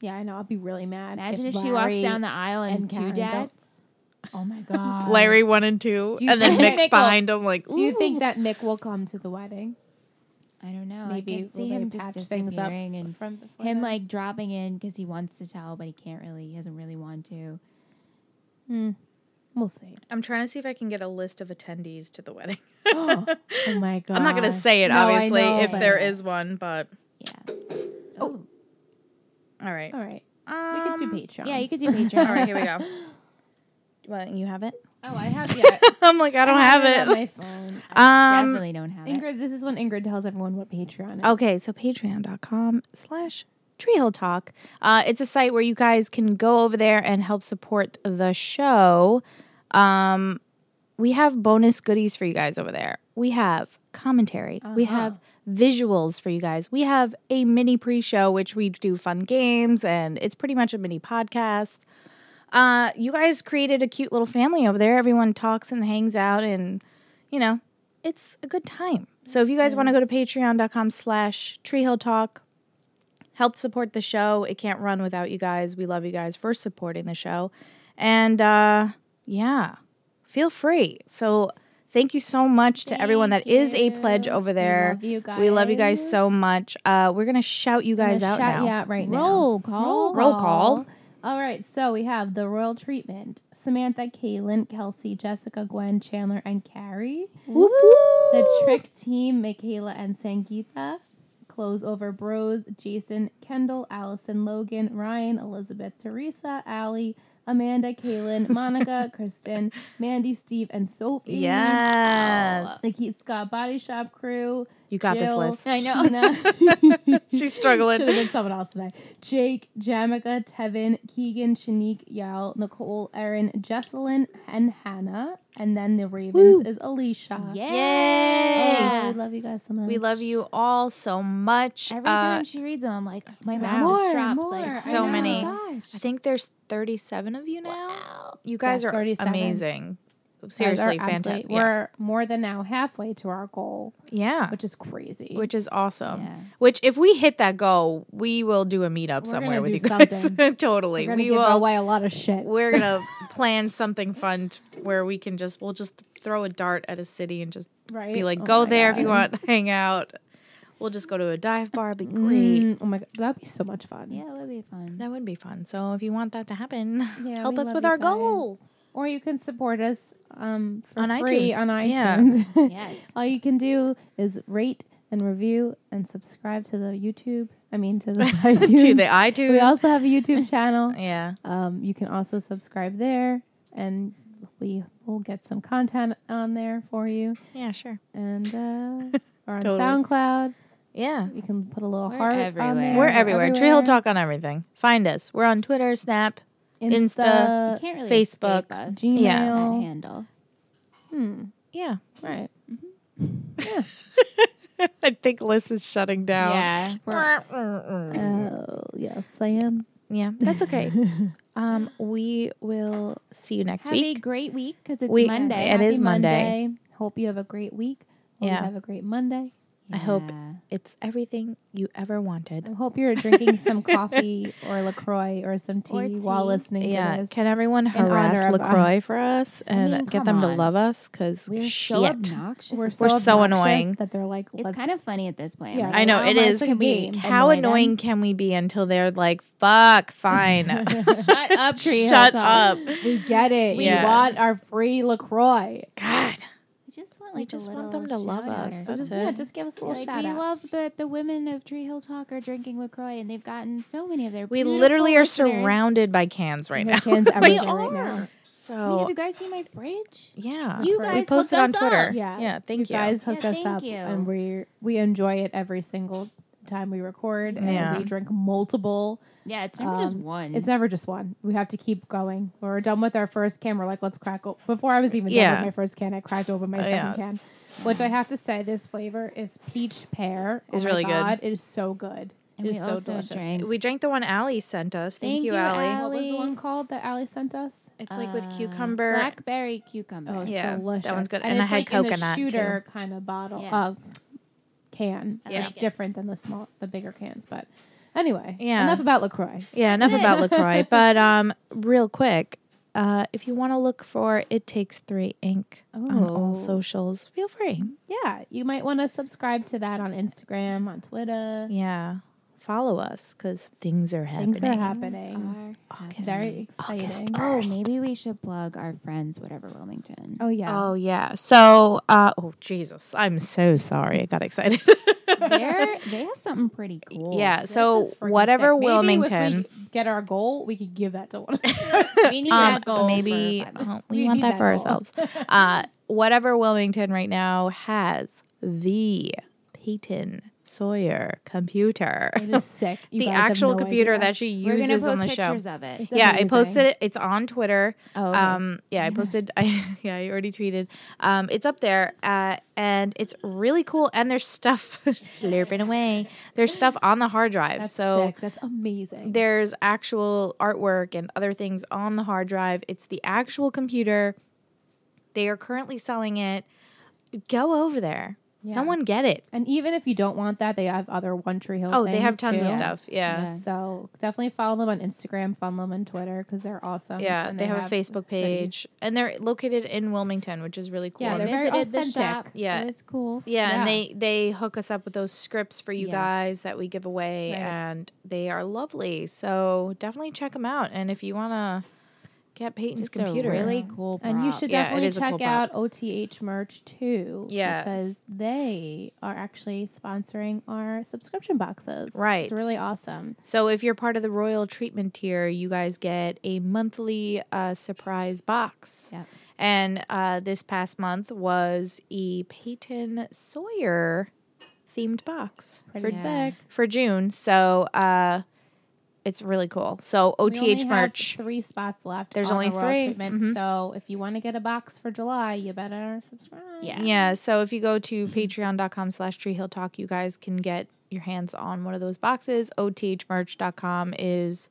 Speaker 1: Yeah, I know. I'd be really mad.
Speaker 3: Imagine if, she walks
Speaker 1: Larry-
Speaker 3: down the aisle and,
Speaker 1: and
Speaker 3: two
Speaker 1: Karen don't-
Speaker 3: dads.
Speaker 1: Oh my
Speaker 3: <laughs>
Speaker 1: god.
Speaker 4: Larry one and two,
Speaker 1: Do you
Speaker 4: and then
Speaker 3: think-
Speaker 4: Mick's
Speaker 3: Mickle.
Speaker 4: behind him. Like,
Speaker 1: Do you think
Speaker 4: "Ooh."
Speaker 1: that Mick will come to the wedding?
Speaker 3: I don't know. Oh, I
Speaker 1: Maybe
Speaker 3: could
Speaker 1: will
Speaker 3: see
Speaker 1: they
Speaker 3: him just
Speaker 1: patch things up
Speaker 3: disappearing and
Speaker 1: from before
Speaker 3: him
Speaker 1: then?
Speaker 3: like dropping in because he wants to tell, but he can't really. He doesn't really want to.
Speaker 1: We'll
Speaker 3: <laughs>
Speaker 1: see.
Speaker 4: I'm trying to see if I can get a list of attendees to the <gasps> wedding.
Speaker 1: oh my god.
Speaker 4: I'm not gonna say it,
Speaker 1: Uh, No, I
Speaker 4: obviously,
Speaker 1: know,
Speaker 4: if
Speaker 1: but-
Speaker 4: there is one. But
Speaker 3: Yeah.
Speaker 1: Oh.
Speaker 4: all right,
Speaker 1: All right. We
Speaker 4: um,
Speaker 1: could do Patreon.
Speaker 3: Yeah, you could do
Speaker 4: All
Speaker 1: <laughs>
Speaker 3: Patreon.
Speaker 4: right, here we go. What you have it?
Speaker 1: Oh, I have.
Speaker 3: <laughs>
Speaker 1: Yeah,
Speaker 4: <laughs> I'm like, I don't have
Speaker 1: it.
Speaker 4: it.
Speaker 1: on <laughs> my phone.
Speaker 4: Um,
Speaker 3: Definitely don't have it.
Speaker 1: Ingrid, this is when Ingrid tells everyone what Patreon is.
Speaker 4: Okay, so patreon.com slash treehill talk. Uh, it's a site where you guys can go over there and help support the show. Um, we have bonus goodies for you guys over there. We have commentary. We
Speaker 1: Uh-huh.
Speaker 4: have visuals for you guys. We have a mini pre-show, which we do fun games, and it's pretty much a mini podcast. Uh, you guys created a cute little family over there. Everyone talks and hangs out, and you know, it's a good time. So if you guys want to go to patreon.com slash treehill talk, help support the show. It can't run without you guys. We love you guys for supporting the show. And uh yeah, feel free. So thank you so much to everyone that is a pledge over there.
Speaker 1: We love you
Speaker 4: We love you guys so much. Uh we're gonna shout you guys out
Speaker 1: shout
Speaker 4: now.
Speaker 1: you out right now.
Speaker 3: Roll call.
Speaker 4: Roll call.
Speaker 1: All right, so we have the royal treatment: Samantha, Kaylin, Kelsey, Jessica, Gwen, Chandler, and Carrie.
Speaker 4: Whoop, whoop.
Speaker 1: The trick team: Michaela and Sangeeta. Close over bros: Jason, Kendall, Allison, Logan, Ryan, Elizabeth, Teresa, Allie,
Speaker 4: <laughs>
Speaker 1: Amanda, Kaylin, Monica, Kristen, Mandy, Steve, and Sophie.
Speaker 4: Yes.
Speaker 1: The Keith Scott Body Shop crew.
Speaker 4: You got this
Speaker 1: Jill,
Speaker 4: list. <laughs>
Speaker 3: I know.
Speaker 1: <laughs> Sheena.
Speaker 4: She's
Speaker 1: Should have
Speaker 4: struggling. <laughs>
Speaker 1: been someone else today. Jake, Jamaica, Tevin, Keegan, Shanique, Yao, Nicole, Erin, Jesselyn, and Hannah. And then the Ravens
Speaker 4: Woo.
Speaker 1: is Alicia.
Speaker 3: Yeah.
Speaker 1: Oh, we love you guys so much.
Speaker 4: We love you all so much.
Speaker 3: Every
Speaker 4: Uh,
Speaker 3: time she reads them, I'm like, my mouth
Speaker 1: More,
Speaker 3: just drops.
Speaker 1: more,
Speaker 3: Like
Speaker 1: I
Speaker 4: So know. many.
Speaker 3: Gosh.
Speaker 4: I think there's 37 of you now.
Speaker 3: Wow.
Speaker 4: You guys
Speaker 1: Yes,
Speaker 4: are
Speaker 1: 37.
Speaker 4: amazing.
Speaker 1: Guys are
Speaker 4: Seriously,
Speaker 1: absolutely-
Speaker 4: fantastic. Yeah.
Speaker 1: We're more than now halfway to our goal,
Speaker 4: yeah. Which,
Speaker 1: which is crazy.
Speaker 4: is awesome.
Speaker 3: Yeah.
Speaker 4: Which, if we hit that goal, we will do a meetup
Speaker 1: We're
Speaker 4: somewhere
Speaker 1: gonna
Speaker 4: with
Speaker 1: do
Speaker 4: you guys. <laughs>
Speaker 1: something.
Speaker 4: totally.
Speaker 1: we're gonna
Speaker 4: We
Speaker 1: give
Speaker 4: will.
Speaker 1: away a lot of shit.
Speaker 4: We're
Speaker 1: <laughs>
Speaker 4: gonna plan something fun t- where we can just we'll just throw a dart at a city and just
Speaker 1: Right?
Speaker 4: be like,
Speaker 1: Oh
Speaker 4: go
Speaker 1: my
Speaker 4: there if
Speaker 1: God.
Speaker 4: you want, <laughs> hang out. We'll just go to a dive bar. It'd be great.
Speaker 1: Mm, oh my god, that'd be so much fun.
Speaker 3: Yeah, it would be fun.
Speaker 4: That would be fun. So if you want that to happen,
Speaker 1: Yeah,
Speaker 4: help
Speaker 1: we
Speaker 4: us
Speaker 1: love
Speaker 4: with
Speaker 1: you
Speaker 4: our
Speaker 1: guys.
Speaker 4: goal.
Speaker 1: Or you can support us um, for
Speaker 4: On
Speaker 1: free
Speaker 4: iTunes.
Speaker 1: on
Speaker 4: Yeah.
Speaker 1: iTunes.
Speaker 4: <laughs>
Speaker 1: <laughs>
Speaker 3: Yes.
Speaker 1: All you can do is rate and review and subscribe to the YouTube. I mean,
Speaker 4: <laughs>
Speaker 1: to the iTunes.
Speaker 4: to the iTunes.
Speaker 1: <laughs> we also have a YouTube
Speaker 4: <laughs>
Speaker 1: channel.
Speaker 4: yeah.
Speaker 1: Um, you can also subscribe there, and we will get some content on there for you.
Speaker 4: Yeah, sure.
Speaker 1: And
Speaker 4: <laughs>
Speaker 1: uh, or on
Speaker 4: Totally.
Speaker 1: SoundCloud,
Speaker 4: Yeah.
Speaker 1: you can put a little
Speaker 3: We're
Speaker 1: heart on
Speaker 3: everywhere.
Speaker 1: there.
Speaker 4: We're everywhere. Tree Hill Talk on everything. Find us. We're on Twitter, Snap,
Speaker 1: Insta,
Speaker 3: You can't really
Speaker 4: Facebook,
Speaker 3: escape us.
Speaker 1: Uh, Gmail.
Speaker 4: Yeah.
Speaker 3: That handle.
Speaker 1: Hmm,
Speaker 4: Yeah.
Speaker 1: right.
Speaker 4: <laughs> I think Liz is shutting
Speaker 3: Yeah.
Speaker 1: Oh yes, I am.
Speaker 4: Yeah, that's <laughs> okay. um, we will see you next
Speaker 3: Have
Speaker 4: week.
Speaker 3: a great week because it's
Speaker 4: We-
Speaker 3: Monday.
Speaker 4: It is
Speaker 1: Happy
Speaker 4: Monday.
Speaker 1: Hope you have a great week. Hope
Speaker 4: Yeah.
Speaker 1: You have a great Monday.
Speaker 4: I hope-
Speaker 3: Yeah.
Speaker 4: It's everything you ever
Speaker 1: I
Speaker 4: wanted.
Speaker 1: hope you're
Speaker 4: <laughs>
Speaker 1: drinking some coffee or LaCroix or some tea,
Speaker 3: Or
Speaker 1: while
Speaker 3: tea.
Speaker 1: listening
Speaker 4: Yeah.
Speaker 1: to this.
Speaker 4: Can everyone
Speaker 1: honor
Speaker 4: harass
Speaker 1: of
Speaker 4: LaCroix
Speaker 1: us.
Speaker 4: for us
Speaker 3: I
Speaker 4: and
Speaker 3: mean,
Speaker 4: get
Speaker 3: come
Speaker 4: them to
Speaker 3: on.
Speaker 4: love us? Because
Speaker 3: We're
Speaker 4: shit.
Speaker 3: so obnoxious.
Speaker 1: we're
Speaker 3: about
Speaker 1: so,
Speaker 4: We're so
Speaker 1: obnoxious
Speaker 4: annoying.
Speaker 1: that they're like,
Speaker 3: It's
Speaker 1: let's-
Speaker 3: kind of funny at this point.
Speaker 1: Yeah,
Speaker 4: I know, it
Speaker 1: how am
Speaker 4: is.
Speaker 1: I gonna be?
Speaker 3: Week.
Speaker 4: How
Speaker 3: Annoy them.
Speaker 4: annoying can we be until they're like, fuck, <laughs> fine.
Speaker 3: Shut up, Tree
Speaker 4: Shut
Speaker 3: Hill
Speaker 4: up.
Speaker 3: Talk.
Speaker 1: We get it.
Speaker 4: Yeah.
Speaker 1: We want our free LaCroix.
Speaker 4: God.
Speaker 3: We just want
Speaker 4: We
Speaker 3: like
Speaker 4: just
Speaker 3: a
Speaker 4: want
Speaker 3: little
Speaker 4: them to love
Speaker 3: shout-out
Speaker 4: us.
Speaker 3: or
Speaker 4: That's
Speaker 1: just,
Speaker 3: something.
Speaker 1: yeah,
Speaker 4: it.
Speaker 1: just give us a little
Speaker 3: Like,
Speaker 1: shout
Speaker 3: we
Speaker 1: out.
Speaker 3: love that the women of Tree Hill Talk are drinking Lacroix, and they've gotten so many of their.
Speaker 4: We
Speaker 3: beautiful
Speaker 4: literally are
Speaker 3: listeners.
Speaker 4: surrounded by cans right
Speaker 1: Your
Speaker 4: now. <laughs>
Speaker 1: kids
Speaker 3: <laughs> We
Speaker 1: everywhere
Speaker 3: are.
Speaker 1: right now.
Speaker 3: I mean, have
Speaker 4: So
Speaker 3: you guys seen my fridge?
Speaker 4: yeah,
Speaker 3: You
Speaker 1: We
Speaker 3: guys
Speaker 4: posted
Speaker 3: hooked
Speaker 4: on
Speaker 3: us
Speaker 4: Twitter.
Speaker 3: Up.
Speaker 1: Yeah.
Speaker 4: Yeah, thank you.
Speaker 1: guys hook
Speaker 3: Yeah,
Speaker 1: us
Speaker 3: thank
Speaker 1: up,
Speaker 3: you.
Speaker 1: and we we enjoy it every single time we record and
Speaker 4: Yeah.
Speaker 1: we drink multiple.
Speaker 3: Yeah, it's never just
Speaker 1: Um,
Speaker 3: one.
Speaker 1: It's never just one. We have to keep going. When we're done with our first can, we're like, let's crack. O-. Before I was even
Speaker 4: Yeah.
Speaker 1: done with my first can, I cracked open my
Speaker 4: Oh,
Speaker 1: second
Speaker 4: yeah.
Speaker 1: can, which I have to say, this flavor is peach pear. Oh
Speaker 4: It's
Speaker 1: my
Speaker 4: really good.
Speaker 1: God, It is so good.
Speaker 3: and
Speaker 1: it
Speaker 3: we
Speaker 1: is so
Speaker 3: also
Speaker 1: delicious.
Speaker 3: drank.
Speaker 4: We drank the one Allie sent us. Thank,
Speaker 3: Thank
Speaker 4: you,
Speaker 3: you,
Speaker 4: Allie.
Speaker 3: Allie.
Speaker 1: What was the
Speaker 3: Ellie-
Speaker 1: one called that Ali sent us?
Speaker 4: It's like with
Speaker 3: uh,
Speaker 4: cucumber.
Speaker 3: blackberry cucumber.
Speaker 1: Oh, it's
Speaker 4: Yeah, that
Speaker 1: delicious.
Speaker 4: one's good. And I
Speaker 1: it's
Speaker 4: had
Speaker 1: like in the
Speaker 4: coconut, too.
Speaker 1: shooter kind of bottle,
Speaker 3: Yeah.
Speaker 1: uh, can.
Speaker 3: I
Speaker 1: Yeah.
Speaker 3: like
Speaker 1: It's
Speaker 3: it.
Speaker 1: different than the small, the bigger cans. But anyway,
Speaker 4: Yeah.
Speaker 1: enough about Lacroix.
Speaker 4: Yeah, enough
Speaker 3: it.
Speaker 4: about
Speaker 1: <laughs>
Speaker 4: LaCroix. but um, real quick, uh, if you want to look for It Takes Three Inc. on
Speaker 1: Oh.
Speaker 4: all socials, feel free.
Speaker 1: Yeah, you might want to subscribe to that on Instagram, on Twitter.
Speaker 4: Yeah. Follow us because things are happening.
Speaker 1: Things are hap-
Speaker 3: Things
Speaker 1: happening.
Speaker 3: are
Speaker 4: August.
Speaker 1: Very
Speaker 4: August
Speaker 1: exciting.
Speaker 3: Oh,
Speaker 4: 1st.
Speaker 3: maybe we should plug our friends, whatever
Speaker 4: <laughs>
Speaker 3: Wilmington.
Speaker 1: Oh yeah.
Speaker 4: Oh, yeah. So, uh, oh, Jesus. I'm so sorry. I got excited. <laughs>
Speaker 3: They're, they have something pretty cool.
Speaker 4: yeah.
Speaker 1: This
Speaker 4: So,
Speaker 1: is freaking
Speaker 4: whatever
Speaker 1: sick. Maybe
Speaker 4: Wilmington.
Speaker 1: if we get our goal, we could give that to one.
Speaker 4: <laughs>
Speaker 3: we need
Speaker 4: um,
Speaker 3: that goal.
Speaker 4: maybe
Speaker 3: for five
Speaker 4: oh,
Speaker 3: months.
Speaker 4: we,
Speaker 1: We
Speaker 4: want
Speaker 1: need
Speaker 4: that,
Speaker 1: that
Speaker 4: for
Speaker 1: goal.
Speaker 4: ourselves. uh, whatever Wilmington right now has the Peyton Sawyer computer,
Speaker 1: it is sick. You
Speaker 4: the
Speaker 1: guys have
Speaker 4: actual
Speaker 1: no
Speaker 4: computer
Speaker 1: idea.
Speaker 4: that she
Speaker 3: We're gonna
Speaker 4: uses
Speaker 3: post
Speaker 4: on the show.
Speaker 3: pictures of it.
Speaker 1: It's
Speaker 4: Yeah, I
Speaker 1: amazing.
Speaker 4: posted it. It's on Twitter.
Speaker 3: Oh, okay.
Speaker 4: Um, yeah, I
Speaker 3: Yes.
Speaker 4: posted. <laughs> I yeah, I already tweeted. Um, it's up there, uh, and it's really cool. And there's stuff <laughs> slurping away. There's stuff on the hard drive.
Speaker 1: That's
Speaker 4: so
Speaker 1: sick. That's amazing.
Speaker 4: there's actual artwork and other things on the hard drive. It's the actual computer. They are currently selling it. Go over there.
Speaker 1: Yeah.
Speaker 4: Someone get it.
Speaker 1: and even if you don't want that, they have other One Tree Hill.
Speaker 4: Oh, they have
Speaker 1: things,
Speaker 4: tons of
Speaker 1: too.
Speaker 4: stuff. Yeah.
Speaker 3: Yeah.
Speaker 1: So definitely follow them on Instagram, follow them on Twitter because they're awesome.
Speaker 4: Yeah.
Speaker 1: and
Speaker 4: they, have, a Facebook page
Speaker 1: goodies.
Speaker 4: and they're located in Wilmington, which is really cool.
Speaker 1: Yeah,
Speaker 4: And
Speaker 3: I
Speaker 1: they're
Speaker 4: they-
Speaker 1: very
Speaker 3: visited the
Speaker 1: authentic.
Speaker 3: shop.
Speaker 4: Yeah.
Speaker 3: It was cool.
Speaker 4: yeah,
Speaker 1: yeah.
Speaker 4: and they they hook us up with those scripts for you
Speaker 3: Yes.
Speaker 4: guys that we give away
Speaker 1: Right.
Speaker 4: and they are lovely. So definitely check them out and if you want to get Peyton's
Speaker 3: Just
Speaker 4: computer.
Speaker 3: a really cool prop.
Speaker 1: And you should
Speaker 4: Yeah, it
Speaker 1: definitely
Speaker 4: is a
Speaker 1: check
Speaker 4: cool
Speaker 1: out OTH merch too.
Speaker 4: Yes.
Speaker 1: Because they are actually sponsoring our subscription boxes.
Speaker 4: Right.
Speaker 1: It's really awesome.
Speaker 4: So if you're part of the royal treatment tier, you guys get a monthly uh, surprise box.
Speaker 3: Yep.
Speaker 4: And uh, this past month was a Peyton Sawyer themed box for,
Speaker 1: Pretty
Speaker 3: Yeah.
Speaker 1: sick.
Speaker 4: for June. So uh, it's really cool. So
Speaker 1: We only
Speaker 4: OTH
Speaker 1: have
Speaker 4: merch.
Speaker 1: three spots left.
Speaker 4: There's
Speaker 1: on
Speaker 4: only
Speaker 1: the Royal
Speaker 4: three.
Speaker 1: Treatment,
Speaker 4: Mhm.
Speaker 1: So if you want to get a box for July, you better subscribe.
Speaker 3: Yeah.
Speaker 4: yeah. So if you go to
Speaker 1: Mm-hmm.
Speaker 4: patreon.com slash tree hill talk, you guys can get your hands on one of those boxes. OTHmerch.com is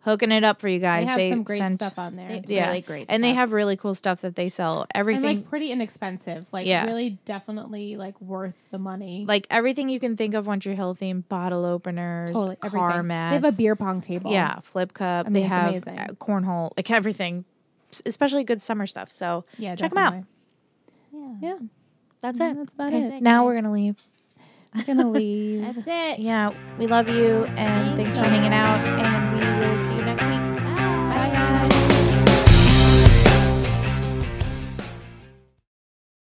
Speaker 4: hooking it up for you
Speaker 1: They
Speaker 4: guys.
Speaker 1: have some great stuff on there.
Speaker 3: It's
Speaker 1: too.
Speaker 4: Yeah.
Speaker 3: really great.
Speaker 4: and they
Speaker 3: stuff.
Speaker 4: have really cool stuff that they sell. Everything
Speaker 1: And like pretty inexpensive. Like
Speaker 4: Yeah.
Speaker 1: really definitely like worth the money.
Speaker 4: like everything you can think of once you're healthy and bottle openers,
Speaker 1: totally everything.
Speaker 4: car
Speaker 1: They
Speaker 4: mats.
Speaker 1: have a beer pong table.
Speaker 4: Yeah, flip cup.
Speaker 1: I mean,
Speaker 4: they
Speaker 1: it's
Speaker 4: have
Speaker 1: amazing.
Speaker 4: uh, cornhole, like everything, s- especially good summer stuff. So
Speaker 1: Yeah.
Speaker 4: Check 'em out.
Speaker 1: definitely.
Speaker 3: Yeah.
Speaker 1: Yeah.
Speaker 4: that's
Speaker 1: Yeah,
Speaker 4: it.
Speaker 1: That's about
Speaker 4: Okay,
Speaker 1: it.
Speaker 3: it,
Speaker 4: now
Speaker 3: guys.
Speaker 4: we're gonna leave.
Speaker 1: I'm gonna leave.
Speaker 3: That's it.
Speaker 4: Yeah, we love you and thanks,
Speaker 3: Thanks,
Speaker 4: for hanging
Speaker 3: guys.
Speaker 4: out. And <laughs>